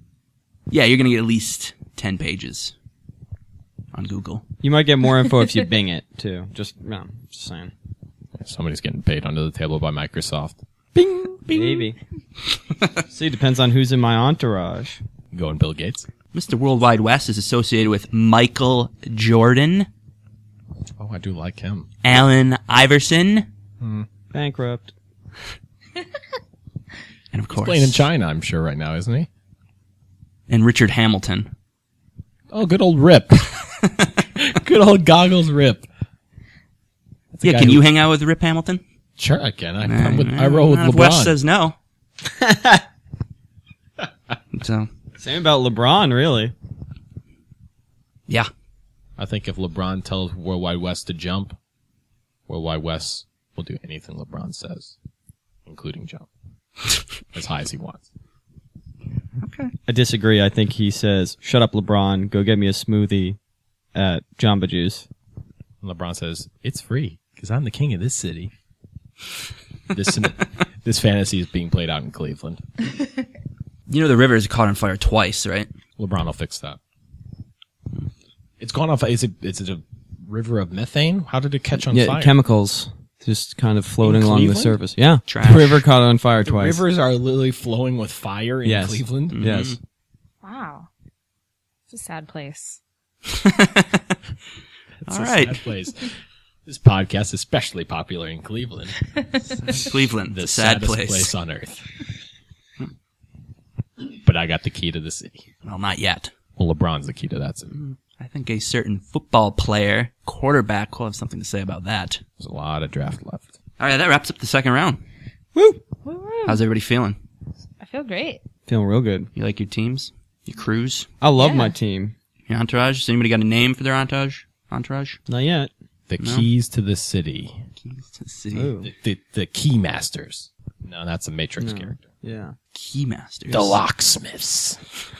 Speaker 1: Yeah, you're gonna get at least ten pages on Google.
Speaker 2: You might get more info if you Bing it too. Just no, just saying.
Speaker 4: Somebody's getting paid under the table by Microsoft.
Speaker 2: Maybe. See, depends on who's in my entourage.
Speaker 4: Going Bill Gates.
Speaker 1: Mr. Worldwide West is associated with Michael Jordan,
Speaker 4: Oh, I do like him.
Speaker 1: Allen Iverson,
Speaker 2: Bankrupt.
Speaker 1: and of course,
Speaker 4: Playing in China, I'm sure, right now, isn't he?
Speaker 1: and Richard Hamilton.
Speaker 4: Oh, good old Rip. [laughs] good old goggles Rip. That's a
Speaker 1: Yeah,
Speaker 4: guy
Speaker 1: can
Speaker 4: who-
Speaker 1: you hang out with Rip Hamilton?
Speaker 4: Sure, I can. I, I'm with, I roll with
Speaker 1: Not if
Speaker 4: LeBron.
Speaker 1: West says
Speaker 4: [laughs]
Speaker 1: no. so
Speaker 2: Same about LeBron, really.
Speaker 1: yeah,
Speaker 4: I think if LeBron tells Worldwide West to jump, Worldwide West will do anything LeBron says,
Speaker 1: [laughs]
Speaker 4: including jump, as high as he wants.
Speaker 2: I disagree. I think he says, "Shut up, LeBron. Go get me a smoothie at Jamba Juice."
Speaker 4: And LeBron says, "It's free because I'm the king of this city." This [laughs] this fantasy is being played out in Cleveland.
Speaker 1: you know the river is caught on fire twice, right?
Speaker 4: LeBron will fix that. It's gone off. Is it? Is it a river of methane? How did it catch on
Speaker 2: yeah,
Speaker 4: fire?
Speaker 2: chemicals just kind of floating
Speaker 4: In
Speaker 2: along the
Speaker 4: Cleveland?
Speaker 2: surface. Yeah, [laughs]
Speaker 1: Trash.
Speaker 2: the river caught on fire
Speaker 4: the
Speaker 2: twice.
Speaker 4: rivers are literally flowing with fire in
Speaker 2: yes,
Speaker 4: Cleveland.
Speaker 2: Yes,
Speaker 3: Wow. It's a sad place.
Speaker 4: It's
Speaker 1: All
Speaker 4: a
Speaker 1: right.
Speaker 4: sad place. This podcast is especially popular in Cleveland,
Speaker 1: [laughs] [laughs] Cleveland,
Speaker 4: the
Speaker 1: the sad
Speaker 4: saddest
Speaker 1: place.
Speaker 4: on earth. but I got the key to the city.
Speaker 1: Well, not yet.
Speaker 4: Well, LeBron's the key to that city.
Speaker 1: I think a certain football player, quarterback, will have something to say about that.
Speaker 4: There's a lot of draft left.
Speaker 1: All right, that wraps up the second round.
Speaker 3: Woo-woo.
Speaker 1: How's everybody feeling?
Speaker 3: I feel great.
Speaker 2: feeling real good.
Speaker 1: You like your teams? Your crews?
Speaker 2: I love
Speaker 3: Yeah.
Speaker 2: my team.
Speaker 1: Your entourage? Has anybody got a name for their entourage? Entourage?
Speaker 2: Not yet.
Speaker 4: The keys to the city.
Speaker 1: Keys to the city.
Speaker 2: Ooh.
Speaker 4: The, the, the key masters. No, that's a Matrix character.
Speaker 2: Yeah.
Speaker 1: Keymasters.
Speaker 4: The locksmiths.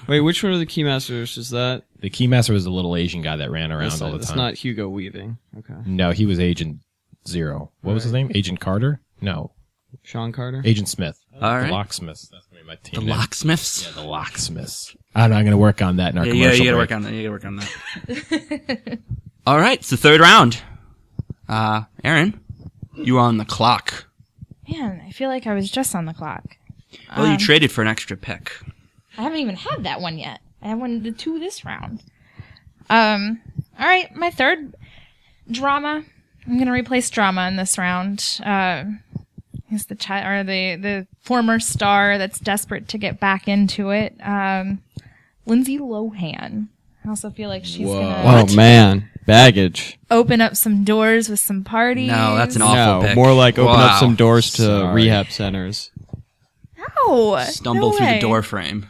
Speaker 2: Wait, which one of the keymasters is that?
Speaker 4: The key master was the little Asian guy that ran around
Speaker 2: That's,
Speaker 4: all the
Speaker 2: that's
Speaker 4: time.
Speaker 2: not Hugo Weaving. Okay.
Speaker 4: No, he was Agent Zero. What was his name? Agent Carter? No,
Speaker 2: Sean Carter.
Speaker 4: Agent Smith.
Speaker 1: All
Speaker 4: the
Speaker 1: right.
Speaker 4: locksmiths. That's gonna be my
Speaker 1: The
Speaker 4: team. name.
Speaker 1: locksmiths?
Speaker 4: Yeah, the locksmiths. I don't know. I'm gonna work on that in our
Speaker 1: Yeah, you gotta,
Speaker 4: commercial.
Speaker 1: you gotta
Speaker 4: break.
Speaker 1: work on that. You gotta work on that. All right, it's the third round. Uh, Aaron, you are on the clock.
Speaker 3: Man, I feel like I was just on the clock.
Speaker 1: Well, you traded for an extra pick.
Speaker 3: I haven't even had that one yet. I had one the two this round. Um all right, my third drama. I'm gonna replace drama in this round. Uh is the child or the the former star that's desperate to get back into it. Um Lindsay Lohan. I also feel like she's gonna
Speaker 2: Oh man, baggage.
Speaker 3: open up some doors with some parties.
Speaker 1: No, that's an awful
Speaker 2: no,
Speaker 1: pick.
Speaker 2: more like open
Speaker 1: Wow.
Speaker 2: up some doors to
Speaker 4: Sorry.
Speaker 2: rehab
Speaker 4: [laughs]
Speaker 2: centers.
Speaker 3: No,
Speaker 1: Stumble
Speaker 3: no
Speaker 1: through
Speaker 3: way.
Speaker 1: the door frame.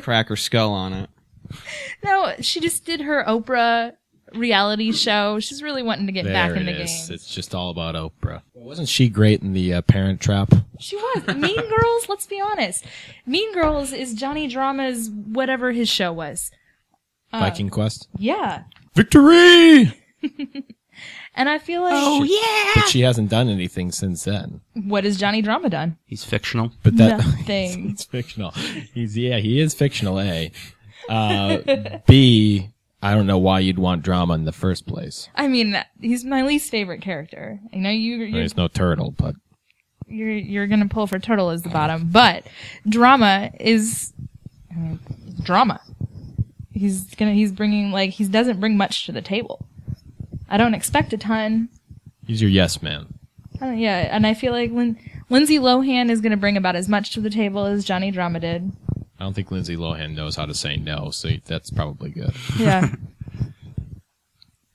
Speaker 2: Crack her skull on it.
Speaker 3: No, she just did her Oprah reality show. She's really wanting to get
Speaker 4: There
Speaker 3: back in the
Speaker 4: it is.
Speaker 3: game.
Speaker 4: It's just all about Oprah. Wasn't she great in the uh, Parent Trap?
Speaker 3: She was
Speaker 4: [laughs]
Speaker 3: Mean Girls. Let's be honest. Mean Girls is Johnny Drama's whatever his show was.
Speaker 4: Viking Quest?
Speaker 3: Yeah,
Speaker 4: Victory!
Speaker 3: and I feel like
Speaker 4: But she hasn't done anything since then.
Speaker 3: what has Johnny Drama done?
Speaker 1: He's fictional.
Speaker 4: But that [laughs]
Speaker 3: Nothing.
Speaker 4: it's fictional. He's yeah, he is fictional. A, uh, B. I don't know why you'd want drama in the first place.
Speaker 3: I mean, he's my least favorite character. I know you.
Speaker 4: I mean,
Speaker 3: You're,
Speaker 4: There's no turtle, but
Speaker 3: you're you're gonna pull for Turtle as the bottom, but Drama is I mean, Drama. He's gonna he's bringing like he doesn't bring much to the table. I don't expect a ton.
Speaker 4: he's your yes
Speaker 3: I
Speaker 4: man.
Speaker 3: don't- Oh, yeah, and I feel like Lin- Lindsay Lohan is gonna bring about as much to the table as Johnny Drama did.
Speaker 4: I don't think Lindsay Lohan knows how to say no, so that's probably good. [laughs]
Speaker 3: Yeah.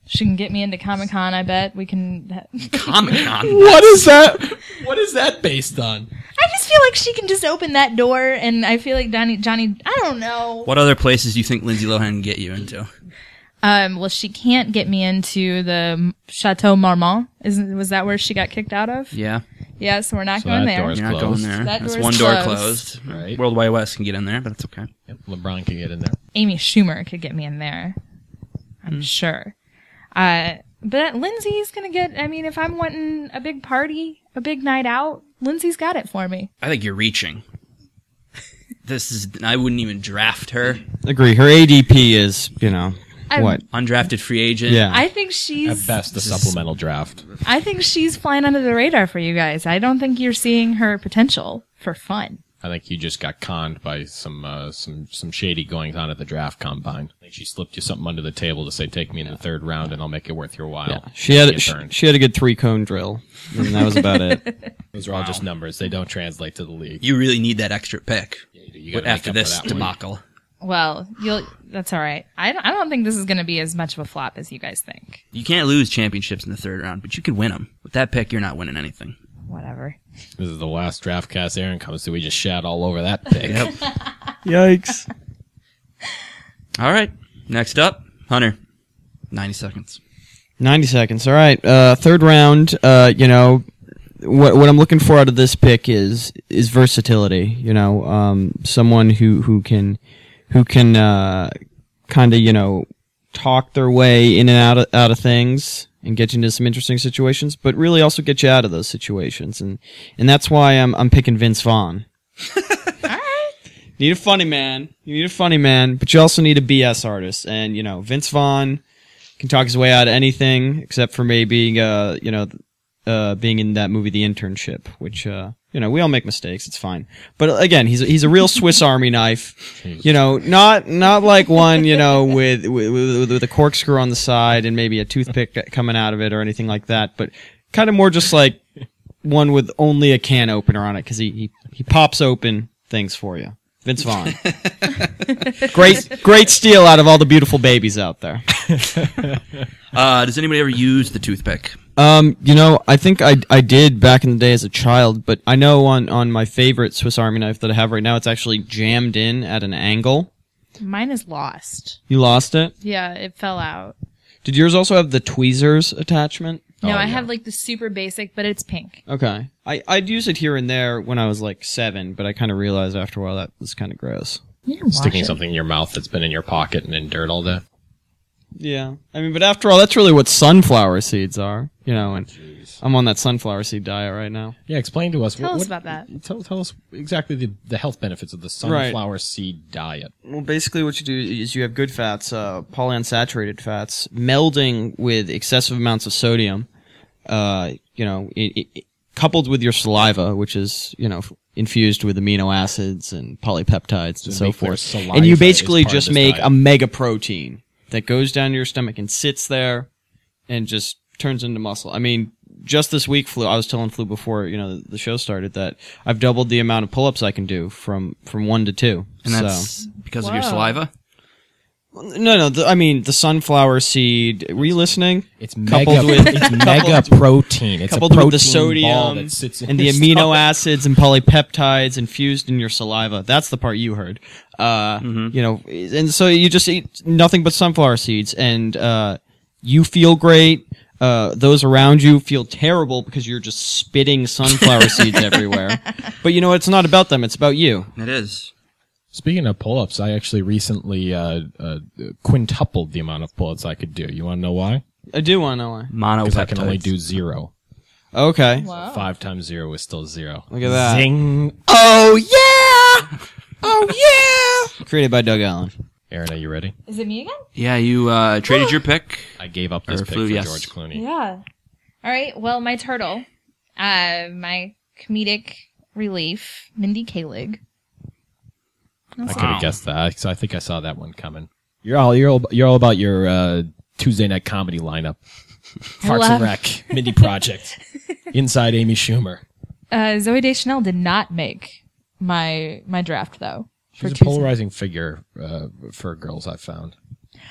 Speaker 3: She can get me into Comic Con. I bet we can. [laughs]
Speaker 1: Comic Con.
Speaker 4: What is that? What is that based on?
Speaker 3: I just feel like she can just open that door, and I feel like Johnny. Johnny. I don't know.
Speaker 1: [laughs] What other places do you think Lindsay Lohan can get you into?
Speaker 3: Um, well, she can't get me into the Chateau Marmont. Isn't was that where she got kicked out of? Yeah,
Speaker 1: Yeah,
Speaker 3: so we're not
Speaker 4: So
Speaker 3: going
Speaker 4: that
Speaker 3: there.
Speaker 4: door is-
Speaker 1: you're not
Speaker 4: Closed.
Speaker 1: going there.
Speaker 3: That
Speaker 1: That's
Speaker 3: door's
Speaker 1: one door
Speaker 3: closed.
Speaker 1: closed.
Speaker 4: Right.
Speaker 1: World Wide West can get in there, but it's okay.
Speaker 4: Yep, LeBron can get in there.
Speaker 3: Amy Schumer could get me in there. I'm sure. Uh, but Lindsay's gonna get. I mean, if I'm wanting a big party, a big night out, Lindsay's got it for me.
Speaker 1: I think you're reaching. this is I wouldn't even draft her.
Speaker 2: Agree. Her ADP is, you know,
Speaker 3: I'm-
Speaker 2: what?
Speaker 1: Undrafted free agent.
Speaker 2: Yeah.
Speaker 3: Um, I think she's
Speaker 4: At best, a supplemental draft.
Speaker 3: I think she's flying under the radar for you guys. I don't think you're seeing her potential for fun.
Speaker 4: I think you just got conned by some uh, some some shady goings on at the draft combine. I think she slipped you something under the table to say, "Take me in the third round, and I'll make it worth your while."
Speaker 2: yeah. She had
Speaker 4: Get
Speaker 2: she,
Speaker 4: burned.
Speaker 2: she had a good three cone drill, and that was about it.
Speaker 4: Those are all just numbers; they don't translate to the league.
Speaker 1: You really need that extra pick
Speaker 4: You, you gotta make
Speaker 1: after
Speaker 4: up for
Speaker 1: this
Speaker 4: that one.
Speaker 1: debacle.
Speaker 3: Well, you'll that's all right. I don't, I don't think this is going to be as much of a flop as you guys think.
Speaker 1: You can't lose championships in the third round, but you can win them. With that pick, you're not winning anything.
Speaker 3: Whatever.
Speaker 4: This is the last draft cast Aaron comes to. We just shat all over
Speaker 3: [laughs]
Speaker 4: that pick.
Speaker 2: Yikes!
Speaker 1: [laughs] All right. Next up, Hunter. 90 seconds.
Speaker 2: Ninety seconds. All right. Uh, third round. Uh, you know, what what I'm looking for out of this pick is is versatility. You know, um, someone who who can who can uh, kind of you know talk their way in and out of, out of things and get you into some interesting situations, but really also get you out of those situations. And and that's why I'm I'm picking Vince Vaughn. Need a funny man. You need a funny man, but you also need a BS artist. And you know, Vince Vaughn can talk his way out of anything except for maybe uh, you know uh, being in that movie The Internship, which uh, you know we all make mistakes. It's fine, but again, he's he's a real Swiss Army knife. You know, not not like one you know with with, with with a corkscrew on the side and maybe a toothpick coming out of it or anything like that, but kind of more just like one with only a can opener on it because he, he he pops open things for you. Vince Vaughn, great great steal out of all the beautiful babies out there.
Speaker 1: Uh, does anybody ever use the toothpick?
Speaker 2: Um, you know, I think I, I did back in the day as a child, but I know on, on my favorite Swiss Army knife that I have right now, it's actually jammed in at an angle.
Speaker 3: Mine is lost.
Speaker 2: You lost it.
Speaker 3: Yeah, it fell out.
Speaker 2: Did yours also have the tweezers attachment?
Speaker 3: No,
Speaker 4: Oh,
Speaker 3: I
Speaker 4: yeah.
Speaker 3: have like the super basic, but it's pink.
Speaker 2: Okay. I, I'd use it here and there when I was like seven, but I kind of realized after a while that was kind of gross.
Speaker 4: Sticking something in your mouth that's been in your pocket and in dirt all day.
Speaker 2: Yeah. I mean, but after all, that's really what sunflower seeds are, you know, and I'm on that sunflower seed diet right now.
Speaker 4: Yeah, explain to us.
Speaker 3: Tell us about that.
Speaker 4: Tell, tell us exactly the, the health benefits of the sunflower seed diet.
Speaker 2: Well, basically, what you do is you have good fats, uh, polyunsaturated fats, melding with excessive amounts of sodium. Uh, you know, i i coupled with your saliva, which is you know f- infused with amino acids and polypeptides and so
Speaker 4: make their
Speaker 2: forth,
Speaker 4: saliva
Speaker 2: and you
Speaker 4: is
Speaker 2: basically
Speaker 4: part of
Speaker 2: just
Speaker 4: this
Speaker 2: make
Speaker 4: diet.
Speaker 2: a mega protein that goes down your stomach and sits there and just turns into muscle. I mean, just this week, flu. I was telling flu before you know the show started that I've doubled the amount of pull-ups I can do from from one to two.
Speaker 1: And
Speaker 2: So-
Speaker 1: that's because of your
Speaker 3: Wow.
Speaker 1: saliva?
Speaker 2: no, no. The, I mean, the sunflower seed. Were you listening?
Speaker 4: It's
Speaker 2: Coupled
Speaker 4: mega,
Speaker 2: with- [laughs]
Speaker 4: it's
Speaker 2: coupled-
Speaker 4: mega protein. It's
Speaker 2: Coupled
Speaker 4: a protein
Speaker 2: with the
Speaker 4: ball
Speaker 2: sodium
Speaker 4: that sits in
Speaker 2: and the
Speaker 4: your
Speaker 2: amino
Speaker 4: stomach.
Speaker 2: acids and polypeptides infused in your saliva. That's the part you heard. Uh,
Speaker 4: Mm-hmm.
Speaker 2: You know, and so you just eat nothing but sunflower seeds, and uh, you feel great. Uh, those around you feel terrible because you're just spitting
Speaker 4: [laughs]
Speaker 2: sunflower seeds everywhere. But you know, what? it's not about them; it's about you.
Speaker 1: It is.
Speaker 4: Speaking of pull-ups, I actually recently uh, uh, quintupled the amount of pull-ups I could do. You want to know why?
Speaker 2: I do want to know why.
Speaker 1: Monopeptides.
Speaker 4: Because I can only do zero.
Speaker 2: Okay,
Speaker 3: Wow.
Speaker 4: Five times zero is still zero.
Speaker 2: Look at that.
Speaker 4: Zing.
Speaker 2: Oh yeah! Oh yeah! Created by Doug Allen.
Speaker 4: Aaron, are you ready?
Speaker 3: Is it me again?
Speaker 1: Yeah, you uh, traded your pick.
Speaker 4: I gave up this
Speaker 1: Or
Speaker 4: pick
Speaker 1: flu,
Speaker 4: for
Speaker 1: yes.
Speaker 4: George Clooney.
Speaker 3: Yeah. All right. Well, my turtle, uh, my comedic relief, Mindy Kaling.
Speaker 4: I could
Speaker 1: Wow.
Speaker 4: have guessed that. I, so I think I saw that one coming. You're all you're all, you're all about your uh, Tuesday night comedy lineup. Parks
Speaker 3: Love-
Speaker 4: and Rec, Mindy Project, Inside Amy Schumer.
Speaker 3: Uh, Zoe Deschanel did not make my my draft though.
Speaker 4: She's a
Speaker 3: Tuesday.
Speaker 4: polarizing figure uh, for girls. I've found.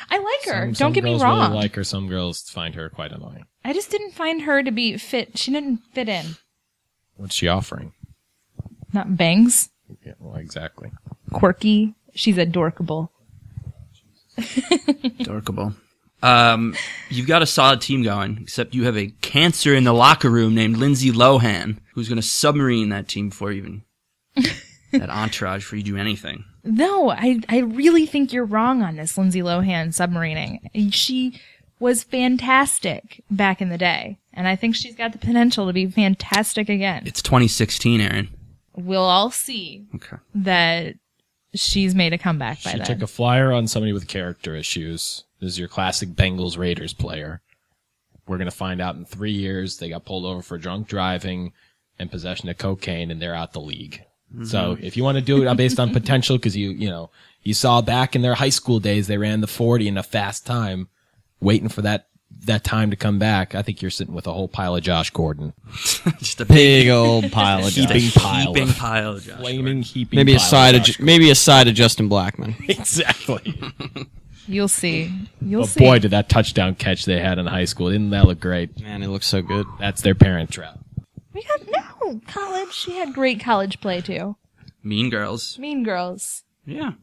Speaker 3: I like her.
Speaker 4: Some-
Speaker 3: Don't
Speaker 4: some
Speaker 3: get me
Speaker 4: girls
Speaker 3: wrong.
Speaker 4: Really like her. Some girls find her quite annoying.
Speaker 3: I just didn't find her to be fit. She didn't fit in.
Speaker 4: What's she offering?
Speaker 3: Not bangs.
Speaker 4: Yeah, well, exactly.
Speaker 3: Quirky. She's adorkable.
Speaker 1: Dorkable. Um, you've got a solid team going, except you have a cancer in the locker room named Lindsay Lohan, who's going to submarine that team before even that entourage for you do anything.
Speaker 3: No, I, I really think you're wrong on this Lindsay Lohan submarining. She was fantastic back in the day, and I think she's got the potential to be fantastic again.
Speaker 1: It's 2016, Aaron.
Speaker 3: We'll all see
Speaker 1: Okay.
Speaker 3: that she's made a comeback by
Speaker 4: She
Speaker 3: then.
Speaker 4: took a flyer on somebody with character issues. This is your classic Bengals Raiders player. We're going to find out in three years they got pulled over for drunk driving and possession of cocaine, and they're out the league. So if you want to do it based on potential, because you you know you saw back in their high school days they ran the forty in a fast time, waiting for that that time to come back. I think you're sitting with a whole pile of Josh Gordon,
Speaker 1: [laughs] Just a big
Speaker 2: Big old pile
Speaker 4: [laughs]
Speaker 2: of
Speaker 4: Heaping
Speaker 2: Josh.
Speaker 4: pile,
Speaker 1: heaping
Speaker 4: of-
Speaker 1: pile of Josh.
Speaker 4: flaming heaping.
Speaker 2: Maybe a
Speaker 4: pile of
Speaker 2: side of
Speaker 4: Josh
Speaker 2: Ju- maybe a side of Justin Blackman.
Speaker 4: Gordon. [laughs] exactly.
Speaker 3: You'll see. You'll
Speaker 4: But
Speaker 3: see.
Speaker 4: Oh, boy, did that touchdown catch they had in high school. Didn't that look great?
Speaker 2: Man, it looks so good.
Speaker 4: That's their parent trap.
Speaker 3: we got no college. She had great college play too.
Speaker 1: Mean Girls.
Speaker 3: Mean Girls.
Speaker 1: Yeah.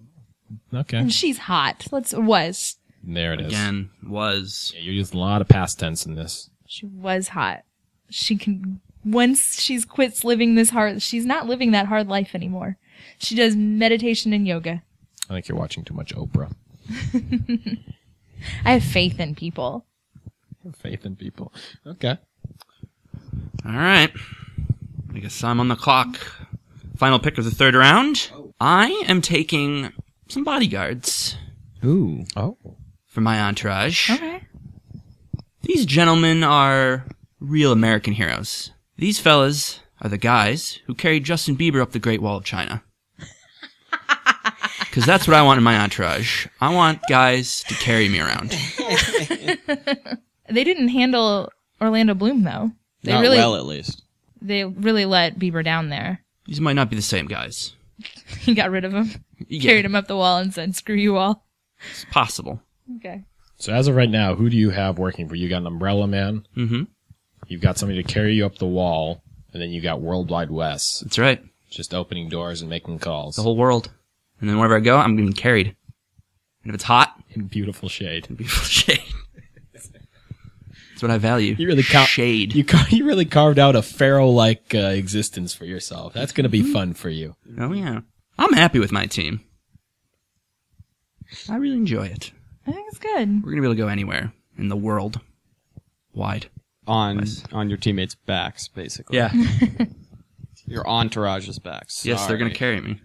Speaker 4: Okay.
Speaker 3: And she's hot. Let's was
Speaker 4: There it is.
Speaker 1: Again, was.
Speaker 4: Yeah, you're using a lot of past tense in this.
Speaker 3: she was hot. She can once she's quits living this hard. She's not living that hard life anymore. She does meditation and yoga.
Speaker 4: I think you're watching too much Oprah.
Speaker 3: I have faith in people.
Speaker 4: Faith in people. Okay.
Speaker 1: All right. I guess I'm on the clock. Final pick of the third round. I am taking some bodyguards
Speaker 2: Ooh.
Speaker 4: Oh.
Speaker 1: for my entourage.
Speaker 3: Okay.
Speaker 1: These gentlemen are real American heroes. These fellas are the guys who carried Justin Bieber up the Great Wall of China. Because that's what I want in my entourage. I want guys to carry me around.
Speaker 3: They didn't handle Orlando Bloom though. They
Speaker 2: Not
Speaker 3: really
Speaker 2: well, at least.
Speaker 3: they really let Bieber down there. [laughs]
Speaker 1: These might not be the same guys.
Speaker 3: He got rid of him.
Speaker 1: Yeah,
Speaker 3: Carried him up the wall and said, "Screw you all."
Speaker 1: it's possible.
Speaker 3: Okay.
Speaker 4: So as of right now, who do you have working for you? You got an umbrella man.
Speaker 1: hmm
Speaker 4: You've got somebody to carry you up the wall, and then you got Worldwide West
Speaker 1: That's right.
Speaker 4: just opening doors and making calls.
Speaker 1: The whole world. And then wherever I go, I'm getting carried. And if it's hot, [laughs]
Speaker 4: in beautiful shade.
Speaker 1: beautiful shade. That's what I value.
Speaker 4: You really count
Speaker 1: shade.
Speaker 4: You ca- [laughs] you really carved out a pharaoh-like uh, existence for yourself. That's going to
Speaker 1: Mm-hmm.
Speaker 4: be fun for you.
Speaker 1: Oh yeah, I'm happy with my team. I really enjoy it.
Speaker 3: I think it's good.
Speaker 1: We're gonna be able to go anywhere in the world, wide.
Speaker 2: On on your teammates' backs, basically. [laughs] Your entourage's backs.
Speaker 1: yes, they're
Speaker 2: Sorry.
Speaker 1: gonna carry me.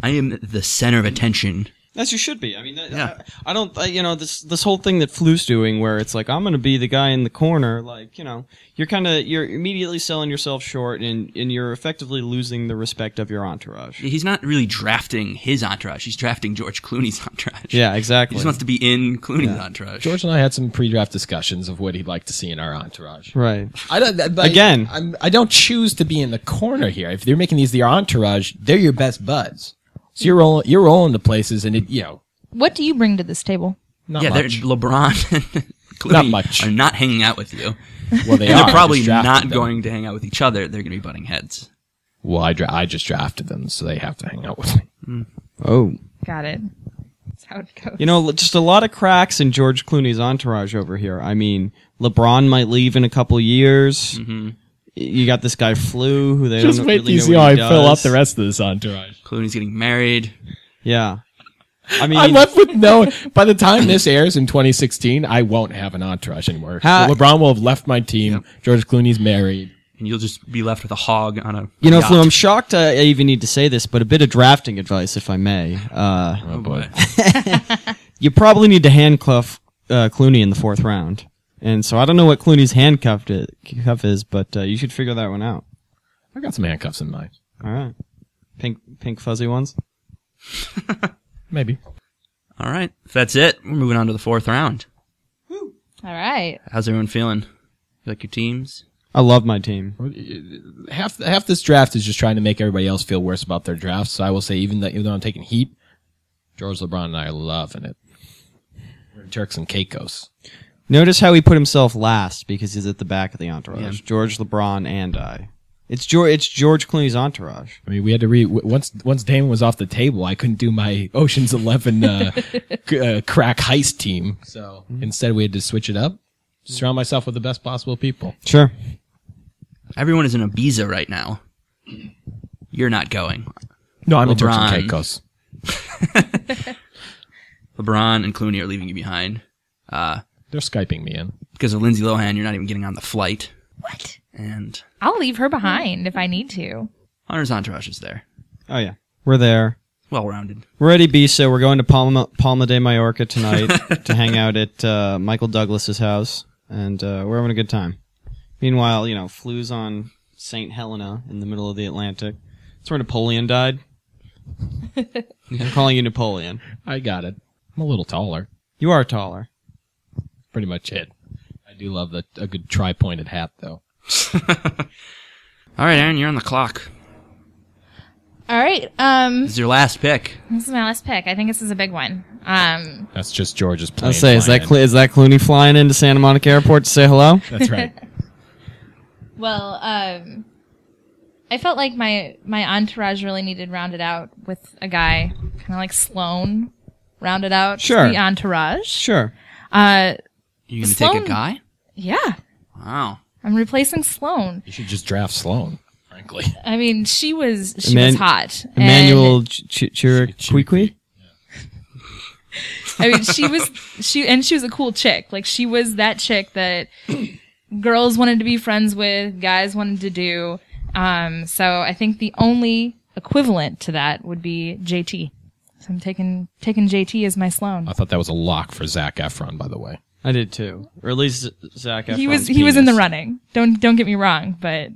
Speaker 1: I am the center of attention.
Speaker 2: As you should be. I mean, that,
Speaker 1: Yeah.
Speaker 2: I, I don't. I, you know, this this whole thing that Flu's doing, where it's like I'm going to be the guy in the corner. Like, you know, you're kind of you're immediately selling yourself short, and and you're effectively losing the respect of your entourage.
Speaker 1: He's not really drafting his entourage. He's drafting George Clooney's [laughs] entourage.
Speaker 2: Yeah,
Speaker 1: He
Speaker 2: exactly.
Speaker 1: just wants to be in Clooney's entourage.
Speaker 4: George and I had some pre-draft discussions of what he'd like to see in our entourage.
Speaker 2: right.
Speaker 4: I don't, I- like,
Speaker 2: Hmm. Again.
Speaker 4: I'm, I don't choose to be in the corner here. If they're making these your entourage, they're your best buds. So you're rolling, you're rolling to places, and it, you know,
Speaker 3: What do you bring to this table?
Speaker 4: not
Speaker 1: yeah, they're
Speaker 2: [laughs]
Speaker 4: much.
Speaker 1: LeBron
Speaker 4: [laughs]
Speaker 1: and Clooney
Speaker 4: Not much.
Speaker 1: are not hanging out with you.
Speaker 4: Well, they
Speaker 1: And
Speaker 4: are
Speaker 1: they're probably
Speaker 4: I just drafted
Speaker 1: not
Speaker 4: them.
Speaker 1: going to hang out with each other. They're going to be butting heads.
Speaker 4: Well, I, dra- I just drafted them, so they have to hang out with me.
Speaker 2: Oh.
Speaker 3: Got it. That's how it goes.
Speaker 2: You know, just a lot of cracks in George Clooney's entourage over here. I mean, LeBron might leave in a couple years. Mm-hmm. You got this guy Flu, who they don't really know what he does.
Speaker 4: rest of this entourage.
Speaker 1: Clooney's getting married.
Speaker 2: Yeah, I mean,
Speaker 4: [laughs] I'm left with no. By the time this airs in 2016, I won't have an entourage anymore.
Speaker 2: How-
Speaker 4: LeBron will have left my team. George Clooney's married.
Speaker 1: and you'll just be left with a hog on a
Speaker 2: You know,
Speaker 1: yacht.
Speaker 2: Flu, I'm shocked I I even need to say this, but a bit of drafting advice, if I may. Uh,
Speaker 1: Oh boy.
Speaker 2: you probably need to handcuff uh, Clooney in the fourth round. And so I don't know what Clooney's handcuffed i- cuff is, but uh, you should figure that one out.
Speaker 4: I got some handcuffs in mind.
Speaker 2: All right. Pink, pink fuzzy ones.
Speaker 4: Maybe.
Speaker 1: All right, if that's it, we're moving on to the fourth round.
Speaker 3: All right.
Speaker 1: How's everyone feeling? You like your teams?
Speaker 2: I love my team.
Speaker 4: half half this draft is just trying to make everybody else feel worse about their draft. So I will say, even though, even though I'm taking heat, George LeBron and I are loving it. We're Turks and Caicos.
Speaker 2: Notice how he put himself last because he's at the back of the entourage. George LeBron and I. It's George. It's George Clooney's entourage.
Speaker 4: I mean, we had to read once once Damon was off the table. I couldn't do my [laughs] Ocean's Eleven uh, [laughs] c- uh, crack heist team. So instead, we had to switch it up. Surround myself with the best possible people.
Speaker 2: Sure.
Speaker 1: Everyone is in Ibiza right now. You're not going.
Speaker 4: No, I'm in Turks
Speaker 1: LeBron.
Speaker 4: and Caicos.
Speaker 1: LeBron and Clooney are leaving you behind
Speaker 4: They're skyping me in.
Speaker 1: because of Lindsay Lohan. You're not even getting on the flight,
Speaker 3: What?
Speaker 1: and
Speaker 3: I'll leave her behind if I need to.
Speaker 1: Hunter's entourage is there.
Speaker 2: Oh yeah. We're there.
Speaker 1: well rounded.
Speaker 2: We're at Ibiza. We're going to Palma, Palma de Mallorca [laughs] tonight to hang out at uh, Michael Douglas's house, and uh, we're having a good time. Meanwhile, you know, flu's on St. Helena in the middle of the Atlantic. That's where Napoleon [laughs] died. I'm calling you Napoleon.
Speaker 4: I got it. I'm a little taller.
Speaker 2: You are taller.
Speaker 4: Pretty much it. I do love the, a good tri-pointed hat, though.
Speaker 1: All right, Aaron, you're on the clock.
Speaker 3: All right. Um,
Speaker 1: This is your last pick.
Speaker 3: this is my last pick. I think this is a big one. Um,
Speaker 4: That's just George's plan.
Speaker 2: I'll say, is that Cl- is that Clooney flying into Santa Monica Airport to say hello? [laughs]
Speaker 4: That's right.
Speaker 3: well, um, I felt like my my entourage really needed rounded out with a guy kind of like Sloan, rounded out
Speaker 2: Sure.
Speaker 3: the entourage.
Speaker 2: Sure.
Speaker 3: Uh,
Speaker 1: You're gonna take a
Speaker 3: Sloan.
Speaker 1: guy?
Speaker 3: yeah,
Speaker 1: Wow.
Speaker 3: I'm replacing Sloan.
Speaker 4: You should just draft Sloan, frankly.
Speaker 3: I mean, she was she
Speaker 2: Eman-
Speaker 3: was hot. and-
Speaker 2: Emmanuel Ch- Ch- Chiriquiqui?
Speaker 3: I mean, she was she and she was a cool chick. Like she was that chick that [clears throat] girls wanted to be friends with, guys wanted to do. Um, so I think the only equivalent to that would be JT. So I'm taking taking JT as my Sloan.
Speaker 4: I thought that was a lock for Zach Efron, by the way.
Speaker 2: I did too. Or at least Zach.
Speaker 3: he was
Speaker 2: Efron's
Speaker 3: he was in the
Speaker 2: penis.
Speaker 3: running. Don't don't get me wrong, but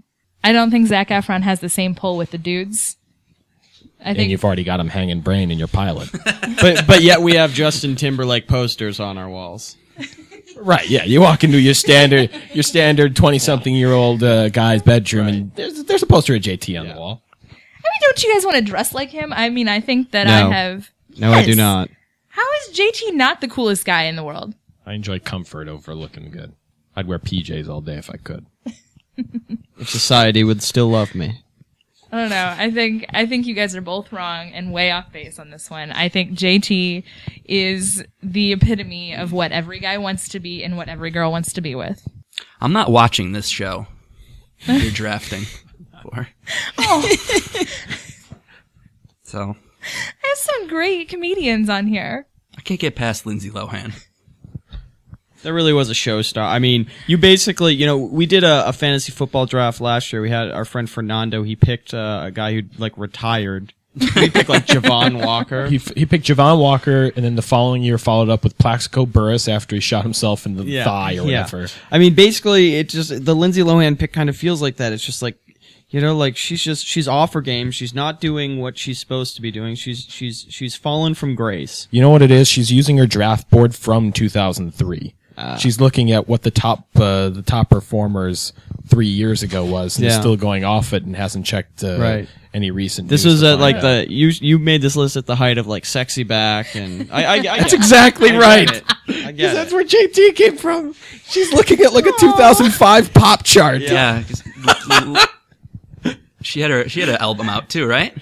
Speaker 3: I don't think Zach Efron has the same pull with the dudes. I
Speaker 4: And
Speaker 3: think
Speaker 4: you've already got him hanging brain in
Speaker 2: [laughs]
Speaker 4: your pilot.
Speaker 2: but but yet we have Justin Timberlake posters on our walls.
Speaker 4: right, yeah. You walk into your standard your standard 20-something-year-old uh, guy's bedroom, and there's, there's a poster of JT on
Speaker 2: Yeah.
Speaker 4: the wall.
Speaker 3: I mean, don't you guys want to dress like him? I mean, I think that
Speaker 2: No.
Speaker 3: I have.
Speaker 2: No, I do
Speaker 3: Yes.
Speaker 2: not.
Speaker 3: How is JT not the coolest guy in the world?
Speaker 4: I enjoy comfort over looking good. I'd wear PJs all day if I could.
Speaker 2: If society would still love me.
Speaker 3: I don't know. I think I think you guys are both wrong and way off base on this one. I think JT is the epitome of what every guy wants to be and what every girl wants to be with.
Speaker 1: I'm not watching this show. You're drafting for. so
Speaker 3: I have some great comedians on here.
Speaker 1: I can't get past Lindsay Lohan.
Speaker 2: That really was a showstar. I mean, you basically, you know, we did a, a fantasy football draft last year. We had our friend Fernando. He picked uh, a guy who like retired. [laughs] He picked like Javon Walker.
Speaker 4: He, he picked Javon Walker, and then the following year followed up with Plaxico Burris after he shot himself in the thigh or whatever.
Speaker 2: I mean, basically, it just the Lindsay Lohan pick kind of feels like that. It's just like, you know, like she's just she's off her game. She's not doing what she's supposed to be doing. She's she's she's fallen from grace.
Speaker 4: You know what it is? She's using her draft board from 2003.
Speaker 2: Ah.
Speaker 4: She's looking at what the top uh, the top performers three years ago was, and is
Speaker 2: Yeah.
Speaker 4: still going off it, and hasn't checked uh,
Speaker 2: Right.
Speaker 4: any recent.
Speaker 2: This
Speaker 4: news
Speaker 2: was
Speaker 4: to
Speaker 2: at
Speaker 4: find
Speaker 2: like
Speaker 4: out.
Speaker 2: the you you made this list at the height of like sexy back and I, I, I
Speaker 4: [laughs] [laughs] That's
Speaker 2: get it.
Speaker 4: exactly
Speaker 2: I
Speaker 4: right.
Speaker 2: get it. I
Speaker 4: Because [laughs]
Speaker 2: get
Speaker 4: that's
Speaker 2: it.
Speaker 4: where JT came from. She's looking
Speaker 2: [laughs]
Speaker 4: at like a 2005 pop chart.
Speaker 1: Yeah. 'cause l- l- she had her she had an album out too, right?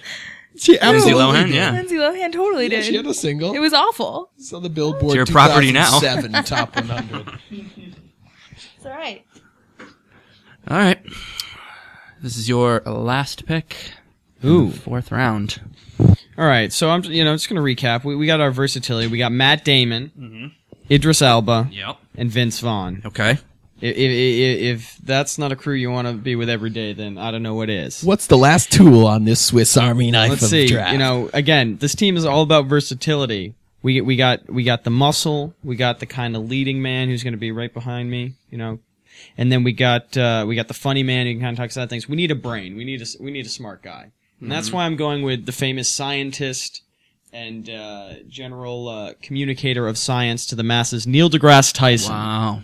Speaker 4: She
Speaker 1: Lindsay
Speaker 4: absolutely
Speaker 1: Lohan.
Speaker 4: did.
Speaker 1: Yeah.
Speaker 3: Lindsay Lohan totally
Speaker 4: Yeah,
Speaker 3: did.
Speaker 4: she had a single.
Speaker 3: it was awful.
Speaker 4: It's on the Billboard.
Speaker 1: It's your property now. [laughs]
Speaker 4: 2007 top 100.
Speaker 3: It's all right.
Speaker 1: All right. This is your last pick,
Speaker 2: Ooh.
Speaker 1: fourth round.
Speaker 2: All right, so I'm you know just gonna recap. We, we got our versatility. We got Matt Damon, Idris Elba,
Speaker 1: Yep.
Speaker 2: and Vince Vaughn.
Speaker 1: Okay.
Speaker 2: If, if, if that's not a crew you want to be with every day, then I don't know what is.
Speaker 4: What's the last tool on this Swiss Army knife
Speaker 2: Let's
Speaker 4: of
Speaker 2: see.
Speaker 4: draft?
Speaker 2: You know, again, this team is all about versatility. We we got we got the muscle. We got the kind of leading man who's going to be right behind me. You know, and then we got uh, we got the funny man who kind of talks about things. We need a brain. We need a s- we need a smart guy. And that's
Speaker 4: Mm-hmm.
Speaker 2: why I'm going with the famous scientist and uh, general uh, communicator of science to the masses, Neil deGrasse Tyson.
Speaker 1: Wow.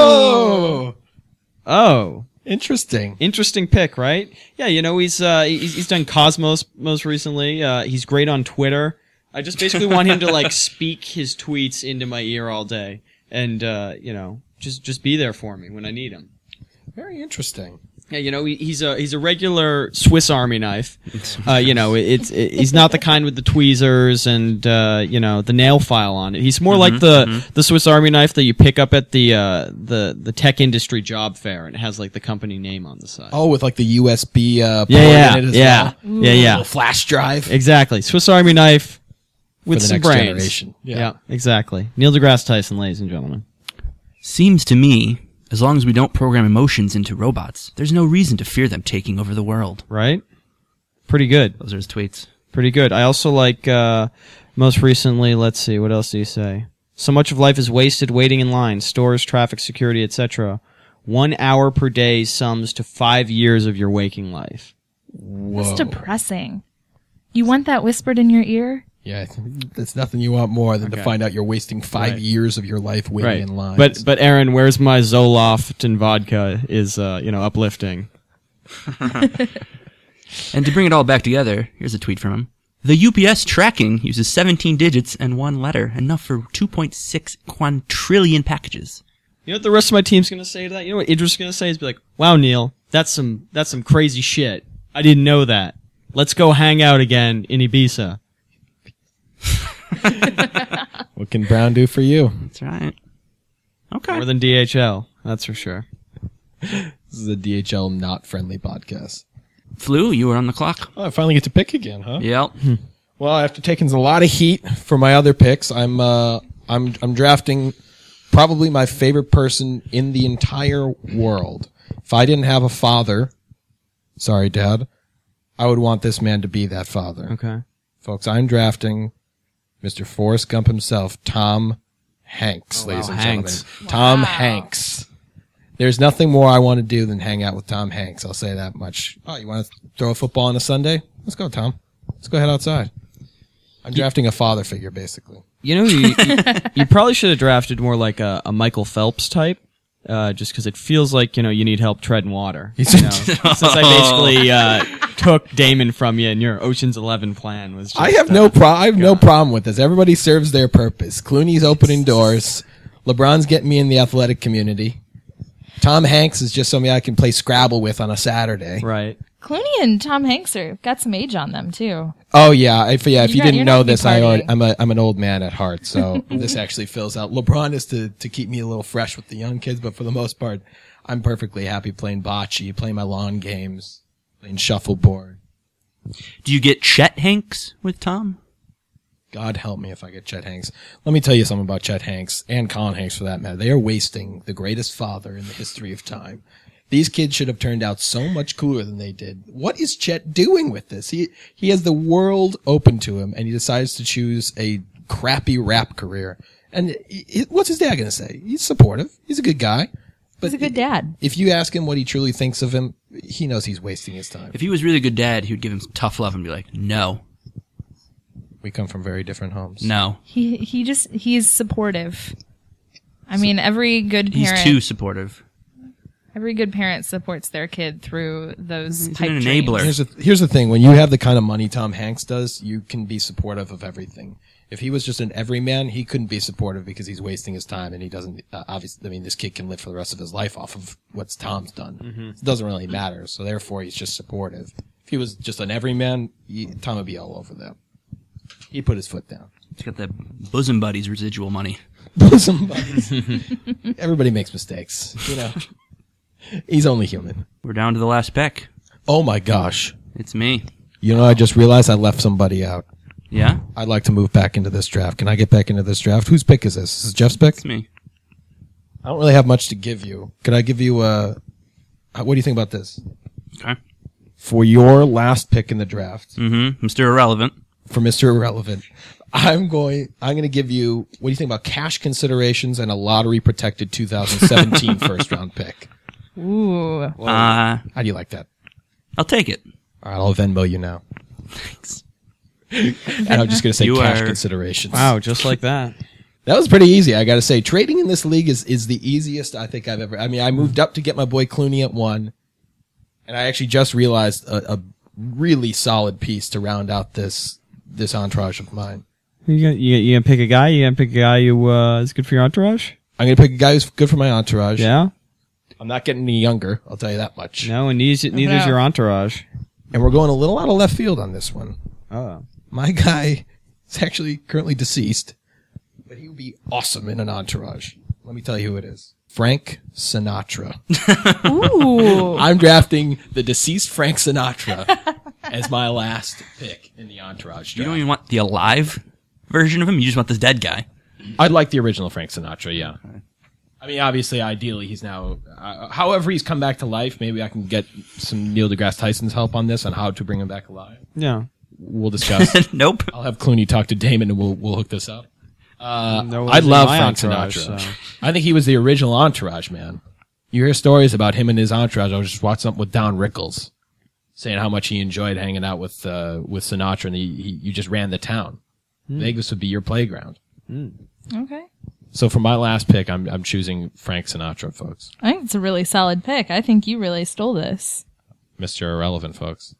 Speaker 4: Oh,
Speaker 2: Oh,
Speaker 4: interesting.
Speaker 2: interesting pick, right? Yeah, you know he's uh, he's, he's done Cosmos most recently. Uh, he's great on Twitter. I just basically want him to like speak his tweets into my ear all day, and uh, you know just just be there for me when I need him.
Speaker 4: Very interesting.
Speaker 2: Yeah, you know he, he's a he's a regular Swiss Army knife. Uh, you know it's it, he's not the kind with the tweezers and uh, you know the nail file on it. He's more like the the Swiss Army knife that you pick up at the uh, the the tech industry job fair and it has like the company name on the side.
Speaker 4: Oh, with like the USB uh, port
Speaker 2: Yeah,
Speaker 4: in it
Speaker 2: yeah,
Speaker 4: as
Speaker 2: yeah,
Speaker 4: well. Mm.
Speaker 2: yeah,
Speaker 4: Little
Speaker 2: yeah.
Speaker 4: flash drive.
Speaker 2: Exactly. Swiss Army knife with
Speaker 4: For the
Speaker 2: some
Speaker 4: next
Speaker 2: brains.
Speaker 4: generation.
Speaker 2: Yeah.
Speaker 4: Yeah.
Speaker 2: exactly. Neil deGrasse Tyson, ladies and gentlemen.
Speaker 1: Seems to me, as long as we don't program emotions into robots, there's no reason to fear them taking over the world.
Speaker 2: Right? Pretty good.
Speaker 1: Those are his tweets.
Speaker 2: pretty good. I also like uh, most recently. Let's see, what else do you say? So much of life is wasted waiting in line, stores, traffic, security, etc. One hour per day sums to five years of your waking life.
Speaker 3: That's
Speaker 4: Oh.
Speaker 3: depressing. You want that whispered in your ear?
Speaker 4: Yeah, I think that's nothing you want more than to find out you're wasting five
Speaker 2: Right.
Speaker 4: years of your life waiting in line.
Speaker 2: But but Aaron, where's my Zoloft and vodka? Is uh, you know uplifting.
Speaker 1: And to bring it all back together, here's a tweet from him. The UPS tracking uses 17 digits and one letter, enough for 2.6 quadrillion packages.
Speaker 2: You know what the rest of my team's gonna say to that? You know what Idris is gonna say is be like, "Wow, Neil, that's some that's some crazy shit. I didn't know that. Let's go hang out again in Ibiza."
Speaker 4: what can Brown do for you?
Speaker 1: That's right.
Speaker 2: More
Speaker 1: Okay.
Speaker 2: than DHL, that's for sure.
Speaker 4: This is a DHL not friendly podcast.
Speaker 1: Flu, you were on the clock.
Speaker 4: Oh, I finally get to pick again, huh?
Speaker 1: Yep.
Speaker 2: Hmm.
Speaker 4: Well, after taking a lot of heat for my other picks, I'm uh, I'm I'm drafting probably my favorite person in the entire world. If I didn't have a father, sorry, Dad, I would want this man to be that father,
Speaker 2: Okay.
Speaker 4: folks. I'm drafting Mr. Forrest Gump himself, Tom Hanks, ladies and
Speaker 2: Oh, Hanks.
Speaker 4: gentlemen. Tom Hanks. There's nothing more I want to do than hang out with Tom Hanks. I'll say that much. Oh, you want to throw a football on a Sunday? Let's go, Tom. Let's go head outside. I'm drafting a father figure, basically.
Speaker 2: You know, you, [laughs] you, you probably should have drafted more like a, a Michael Phelps type, uh, just because it feels like you know you need help treading water. You know? Since I basically uh, took Damon from you, and your Ocean's Eleven plan was. Just,
Speaker 4: [laughs] I have no pro- I have no problem with this. Everybody serves their purpose. Clooney's opening doors. LeBron's getting me in the athletic community. Tom Hanks is just somebody I can play Scrabble with on a Saturday.
Speaker 2: right.
Speaker 3: Clooney and Tom Hanks are got some age on them too.
Speaker 4: Oh yeah, if yeah, if you
Speaker 3: You're not-
Speaker 4: didn't
Speaker 3: you're
Speaker 4: know
Speaker 3: not
Speaker 4: this, I
Speaker 3: partying.
Speaker 4: already, I'm a I'm an old man at heart, so this actually fills out. LeBron is to to keep me a little fresh with the young kids, but for the most part, I'm perfectly happy playing bocce, playing my lawn games, playing shuffleboard.
Speaker 1: Do you get Chet Hanks with Tom?
Speaker 4: God help me if I get Chet Hanks. Let me tell you something about Chet Hanks and Colin Hanks for that matter. They are wasting the greatest father in the history of time. These kids should have turned out so much cooler than they did. What is Chet doing with this? He he has the world open to him, and he decides to choose a crappy rap career. And he- he- what's his dad going to say? He's supportive. He's a good guy. But
Speaker 3: He's a good dad.
Speaker 4: if you ask him what he truly thinks of him, he knows he's wasting his time.
Speaker 1: If he was really good dad, he would give him some tough love and be like, no,
Speaker 4: We come from very different homes.
Speaker 1: no.
Speaker 3: He he just he's supportive. I mean, every good
Speaker 1: He's
Speaker 3: parent,
Speaker 1: too supportive.
Speaker 3: every good parent supports their kid through those
Speaker 1: He's
Speaker 3: pipe
Speaker 1: an
Speaker 3: dreams.
Speaker 1: enabler.
Speaker 4: Here's the, here's the thing. When you have the kind of money Tom Hanks does, you can be supportive of everything. If he was just an everyman, he couldn't be supportive because he's wasting his time and he doesn't, uh, obviously, I mean, this kid can live for the rest of his life off of what Tom's done. It doesn't really matter. So therefore, he's just supportive. If he was just an everyman, he, Tom would be all over them. He put his foot down. [laughs]
Speaker 1: He's got the bosom buddies residual money.
Speaker 4: Bosom buddies. Everybody makes mistakes, you know. he's only human.
Speaker 1: We're down to the last pick.
Speaker 4: Oh my gosh.
Speaker 1: It's me.
Speaker 4: You know, I just realized I left somebody out.
Speaker 1: Yeah?
Speaker 4: I'd like to move back into this draft. Can I get back into this draft? Whose pick is this? This is Jeff's pick.
Speaker 1: It's me.
Speaker 4: I don't really have much to give you. Could I give you a? What do you think about this?
Speaker 1: Okay.
Speaker 4: For your last pick in the draft,
Speaker 1: Mm-hmm. Mr. Irrelevant.
Speaker 4: for Mister Irrelevant, I'm going. I'm going to give you. What do you think about cash considerations and a lottery
Speaker 1: [laughs]
Speaker 4: protected 2017 first round pick?
Speaker 3: Ooh,
Speaker 1: Uh,
Speaker 4: How do you like that?
Speaker 1: I'll take it.
Speaker 4: All right, I'll Venmo you now. Thanks. and I'm just going to say
Speaker 1: You
Speaker 4: cash
Speaker 1: are-
Speaker 4: considerations.
Speaker 2: Wow, just like that.
Speaker 4: That was pretty easy, I got to say. Trading in this league is is the easiest I think I've ever. I mean, I moved up to get my boy Clooney at one, and I actually just realized a, a really solid piece to round out this this entourage of mine.
Speaker 2: You gonna, you, you gonna pick a guy? You gonna pick a guy who uh, is good for your entourage?
Speaker 4: I'm gonna pick a guy who's good for my entourage.
Speaker 2: Yeah.
Speaker 4: I'm not getting any younger. I'll tell you that much.
Speaker 2: No, and neither,
Speaker 3: neither's
Speaker 2: neither's
Speaker 3: your
Speaker 2: your entourage.
Speaker 4: And we're going a little out of left field on this one.
Speaker 2: Oh.
Speaker 4: My guy is actually currently deceased, but he would be awesome in an entourage. Let me tell you who it is. Frank Sinatra. [laughs]
Speaker 3: ooh,
Speaker 4: I'm drafting the deceased Frank Sinatra as my last pick in the entourage
Speaker 1: You
Speaker 4: draft.
Speaker 1: don't even want the alive version of him. You just want this dead guy. [laughs]
Speaker 4: I'd like the original Frank Sinatra, yeah. I mean, obviously, ideally, he's now. Uh, however, he's come back to life. Maybe I can get some Neil deGrasse Tyson's help on this on how to bring him back alive.
Speaker 2: Yeah.
Speaker 4: we'll
Speaker 1: [laughs]
Speaker 4: discuss.
Speaker 1: nope.
Speaker 4: I'll have Clooney talk to Damon, and we'll we'll hook this up.
Speaker 5: No,
Speaker 4: I
Speaker 5: it's in
Speaker 4: love
Speaker 5: my
Speaker 4: Frank
Speaker 5: entourage,
Speaker 4: Sinatra.
Speaker 5: so.
Speaker 4: I think he was the original Entourage man. You hear stories about him and his entourage. I was just watching something with Don Rickles, saying how much he enjoyed hanging out with uh, with Sinatra, and he, he you just ran the town.
Speaker 5: Hmm.
Speaker 4: Vegas would be your playground.
Speaker 3: Okay.
Speaker 4: So for my last pick, I'm I'm choosing Frank Sinatra, folks.
Speaker 3: I think it's a really solid pick. I think you really stole this.
Speaker 4: Mister Irrelevant, folks.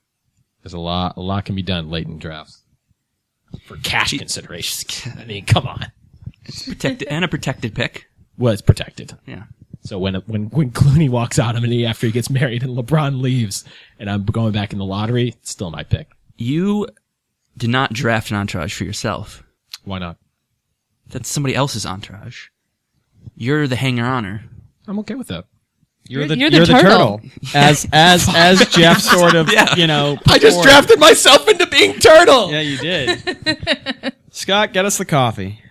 Speaker 4: There's a lot a lot can be done late in drafts for cash considerations. I mean, come on.
Speaker 1: Protected and a protected pick.
Speaker 4: Well, it's protected.
Speaker 1: Yeah.
Speaker 4: So when when when Clooney walks out of an E after he gets married and LeBron leaves, and I'm going back in the lottery, it's still my pick.
Speaker 1: You did not draft an entourage for yourself.
Speaker 4: Why not?
Speaker 1: That's somebody else's entourage. You're the hanger oner.
Speaker 4: I'm okay with that.
Speaker 3: You're- you're the turtle.
Speaker 2: [laughs] As as as
Speaker 3: [laughs]
Speaker 2: Jeff sort of you know.
Speaker 4: I just
Speaker 2: performed.
Speaker 4: drafted myself into being Turtle.
Speaker 2: Yeah, you did.
Speaker 3: [laughs]
Speaker 2: Scott, get us the coffee.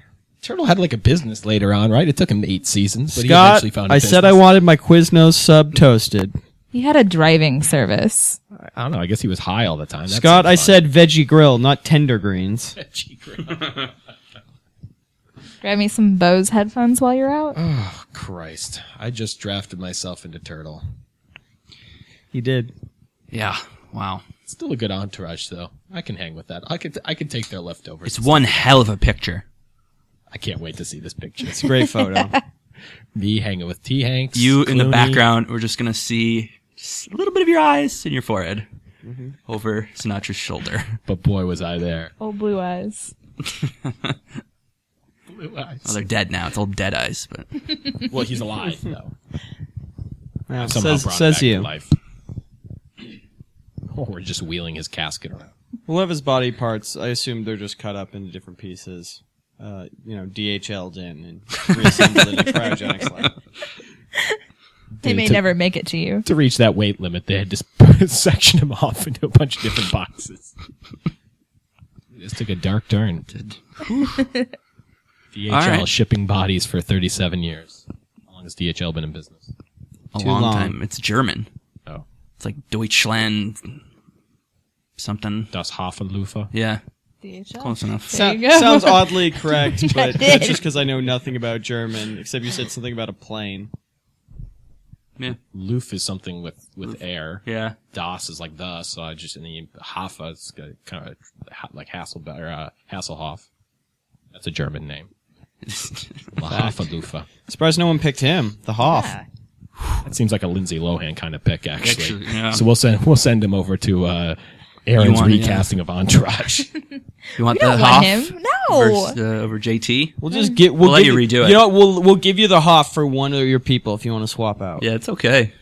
Speaker 4: Turtle had like a business later on, right? It took him eight seasons, but he
Speaker 2: Scott,
Speaker 4: eventually found. a
Speaker 2: I said I
Speaker 4: business.
Speaker 2: wanted my Quiznos sub toasted.
Speaker 3: He had a driving service.
Speaker 4: I don't know. I guess he was high all the time. That
Speaker 2: Scott,
Speaker 4: sounds
Speaker 2: I
Speaker 4: fun.
Speaker 2: said veggie grill, not tender greens.
Speaker 4: Gee, oh, great.
Speaker 3: Grab me some Bose headphones while you're out.
Speaker 4: Christ, I just drafted myself into Turtle.
Speaker 2: You did.
Speaker 1: Yeah. Wow.
Speaker 4: It's still a good entourage, though. I can hang with that. I could I could take their leftovers.
Speaker 1: It's one hell of a picture.
Speaker 4: I can't wait to see this picture.
Speaker 2: It's a great
Speaker 4: [laughs]
Speaker 2: photo.
Speaker 4: Me hanging with T. Hanks.
Speaker 1: You in the
Speaker 4: Clooney.
Speaker 1: background, we're just gonna see just a little bit of your eyes and your forehead Mm-hmm. over Sinatra's [laughs] shoulder.
Speaker 4: But boy, was I there.
Speaker 3: Old blue eyes.
Speaker 4: Blue eyes.
Speaker 1: Well, they're dead now. It's all dead eyes, but
Speaker 4: Well, he's alive though.
Speaker 2: Yeah,
Speaker 4: Somehow
Speaker 2: says
Speaker 4: brought
Speaker 2: says
Speaker 4: back to
Speaker 2: you.
Speaker 4: Life. [laughs] Or we're just wheeling his casket around.
Speaker 2: We'll have his body parts. I assume they're just cut up into different pieces. Uh, you know, DHL'd in and reassembled into
Speaker 3: [laughs]
Speaker 2: cryogenic slab.
Speaker 3: They may
Speaker 4: Dude, to,
Speaker 3: never make it to you.
Speaker 4: to reach that weight limit. They had to [laughs] sp- section him off into a bunch of different boxes. this took a dark turn. [laughs] DHL
Speaker 1: All right.
Speaker 4: shipping bodies for 37 years. How long has DHL been in business?
Speaker 1: a
Speaker 2: Too
Speaker 1: long,
Speaker 2: long.
Speaker 1: time. It's German.
Speaker 4: Oh,
Speaker 1: It's like Deutschland something.
Speaker 4: Das Hafenlufa.
Speaker 1: Yeah,
Speaker 3: DHL.
Speaker 1: close enough.
Speaker 3: There
Speaker 2: So-
Speaker 3: you go.
Speaker 2: sounds oddly
Speaker 3: [laughs]
Speaker 2: correct, but
Speaker 3: did.
Speaker 2: that's just because I know nothing about German, except you said something about a plane.
Speaker 1: Yeah.
Speaker 4: Luf is something with with air.
Speaker 1: Yeah. [laughs]
Speaker 4: Das is like the, so I just in the Hafa is kind of ha- like Hasselbe- or, uh, Hasselhoff. That's a German name. La Hafa Lufa.
Speaker 2: Surprised no one picked him, the Hoff.
Speaker 4: That seems like a Lindsay Lohan kind of pick, actually.
Speaker 1: Actually, yeah.
Speaker 4: So we'll send we'll send him over to uh, Aaron's
Speaker 1: You want-
Speaker 4: recasting
Speaker 1: [laughs]
Speaker 4: of Entourage.
Speaker 1: You want
Speaker 3: don't
Speaker 1: the
Speaker 3: want
Speaker 1: Hoff
Speaker 3: him. No.
Speaker 1: versus, uh, over JT?
Speaker 2: We'll
Speaker 3: Hmm.
Speaker 2: just get. We'll,
Speaker 1: We'll let
Speaker 2: give
Speaker 1: you redo it.
Speaker 2: You know, what, we'll we'll give you the Hoff for one of your people if you want to swap out.
Speaker 1: Yeah, it's okay.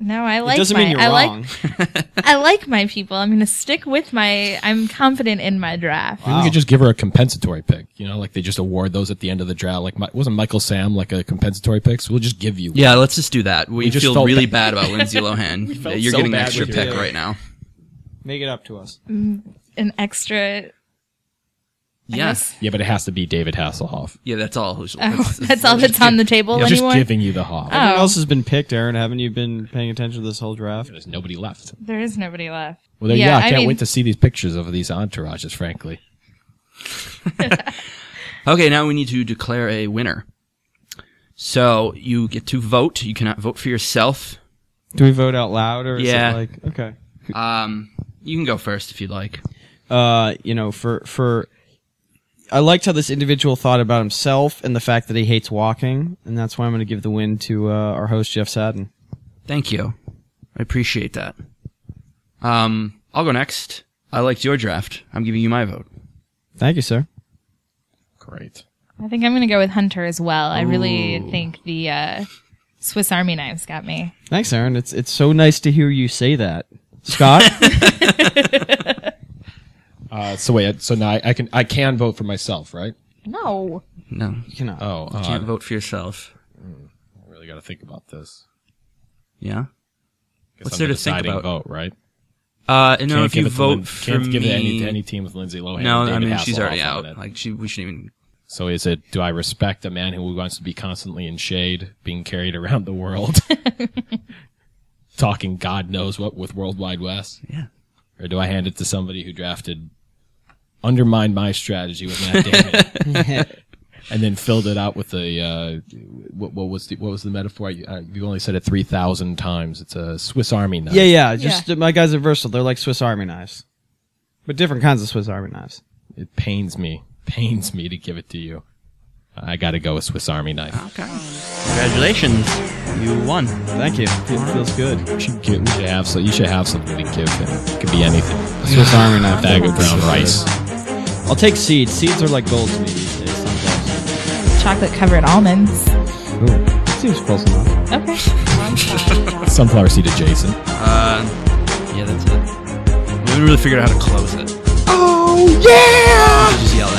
Speaker 3: No, I
Speaker 2: It
Speaker 3: like
Speaker 2: doesn't
Speaker 3: my.
Speaker 2: mean you're
Speaker 3: I
Speaker 2: wrong.
Speaker 3: [laughs] like. I like my people. I'm going to stick with my. I'm confident in my draft.
Speaker 4: We could just give her a compensatory pick. You know, like they just award those at the end of the draft. Like my, wasn't Michael Sam like a compensatory pick? So we'll just give you.
Speaker 1: Yeah, let's just do that. We,
Speaker 4: We just
Speaker 1: feel
Speaker 4: felt
Speaker 1: really
Speaker 4: bad.
Speaker 1: bad [laughs] about Lindsay Lohan.
Speaker 4: felt
Speaker 1: You're
Speaker 4: so
Speaker 1: getting an
Speaker 4: bad
Speaker 1: extra
Speaker 4: with
Speaker 2: your-
Speaker 1: pick right now.
Speaker 2: Make it up to us.
Speaker 3: Oh. An extra.
Speaker 1: Yes.
Speaker 4: Yeah, but it has to be David Hasselhoff.
Speaker 1: Yeah, that's all. Who's,
Speaker 3: Oh, [laughs] that's, all that's on the table
Speaker 4: I'm just
Speaker 3: anymore.
Speaker 4: giving you the Hoff.
Speaker 3: Oh.
Speaker 2: Everyone else has been picked, Aaron. Haven't you been paying attention to this whole draft?
Speaker 4: There's nobody left.
Speaker 3: There is nobody left.
Speaker 4: Well, there, yeah, I can't
Speaker 3: mean,
Speaker 4: wait to see these pictures of these entourages. Frankly,
Speaker 1: Okay, now we need to declare a winner. So you get to vote. You cannot vote for yourself.
Speaker 2: Do we vote out loud or
Speaker 1: Yeah.
Speaker 2: is it like okay?
Speaker 1: Um, you can go first if you'd like.
Speaker 2: Uh, you know, for for I liked how this individual thought about himself and the fact that he hates walking, and that's why I'm going to give the win to uh, our host Jeff Sadden.
Speaker 1: Thank you. I appreciate that. Um, I'll go next. I liked your draft. I'm giving you my vote.
Speaker 2: Thank you, sir.
Speaker 4: great.
Speaker 3: I think I'm going to go with Hunter as well. I really
Speaker 1: Ooh.
Speaker 3: think the uh, Swiss Army knives got me.
Speaker 2: Thanks, Aaron. It's it's so nice to hear you say that, Scott.
Speaker 4: Uh, so wait, so now I, I can I can vote for myself, right?
Speaker 3: No.
Speaker 1: No,
Speaker 2: you cannot. [laughs]
Speaker 4: Oh, uh,
Speaker 1: you can't vote for yourself.
Speaker 4: I really got to think about this.
Speaker 1: Yeah.
Speaker 4: Guess
Speaker 1: What's
Speaker 4: I'm
Speaker 1: there
Speaker 4: the
Speaker 1: to think
Speaker 4: deciding
Speaker 1: about?
Speaker 4: Vote right.
Speaker 1: Uh, no,
Speaker 4: Can't
Speaker 1: if you
Speaker 4: give it to
Speaker 1: vote
Speaker 4: Lin-
Speaker 1: for
Speaker 4: can't
Speaker 1: me,
Speaker 4: give it to any, to any team with Lindsay Lohan.
Speaker 1: no,
Speaker 4: and
Speaker 1: I
Speaker 4: David
Speaker 1: mean she's
Speaker 4: Hasselhoff
Speaker 1: already
Speaker 4: on
Speaker 1: out.
Speaker 4: it.
Speaker 1: Like she, we shouldn't even.
Speaker 4: So is it? Do I respect a man who wants to be constantly in shade, being carried around
Speaker 1: [laughs]
Speaker 4: the world, talking God knows what with Worldwide West?
Speaker 1: Yeah.
Speaker 4: or do I hand it to somebody who drafted, undermined my strategy with
Speaker 1: [laughs]
Speaker 4: Matt Damon, and then filled it out with a uh, what, what was the what was the metaphor? You, uh, you only said it three thousand times. It's a Swiss Army knife.
Speaker 2: Yeah, yeah. Just my guys are versatile. They're like Swiss Army knives, but different kinds of Swiss Army knives.
Speaker 4: It pains me, pains me to give it to you. I got to go with Swiss Army knife.
Speaker 1: Congratulations, you won.
Speaker 2: Thank you. It feels good.
Speaker 4: You should, get- you should have so you should have something to give him. It could be anything. A
Speaker 2: Swiss Army knife.
Speaker 4: bag of brown rice.
Speaker 2: I'll take seeds. Seeds are like gold to me these days. Sometimes.
Speaker 3: Chocolate covered almonds.
Speaker 2: Seems close enough.
Speaker 3: Okay.
Speaker 4: Sunflower seed adjacent.
Speaker 1: Uh, yeah, that's it. We haven't really figured out how to close it. Oh yeah! Just yell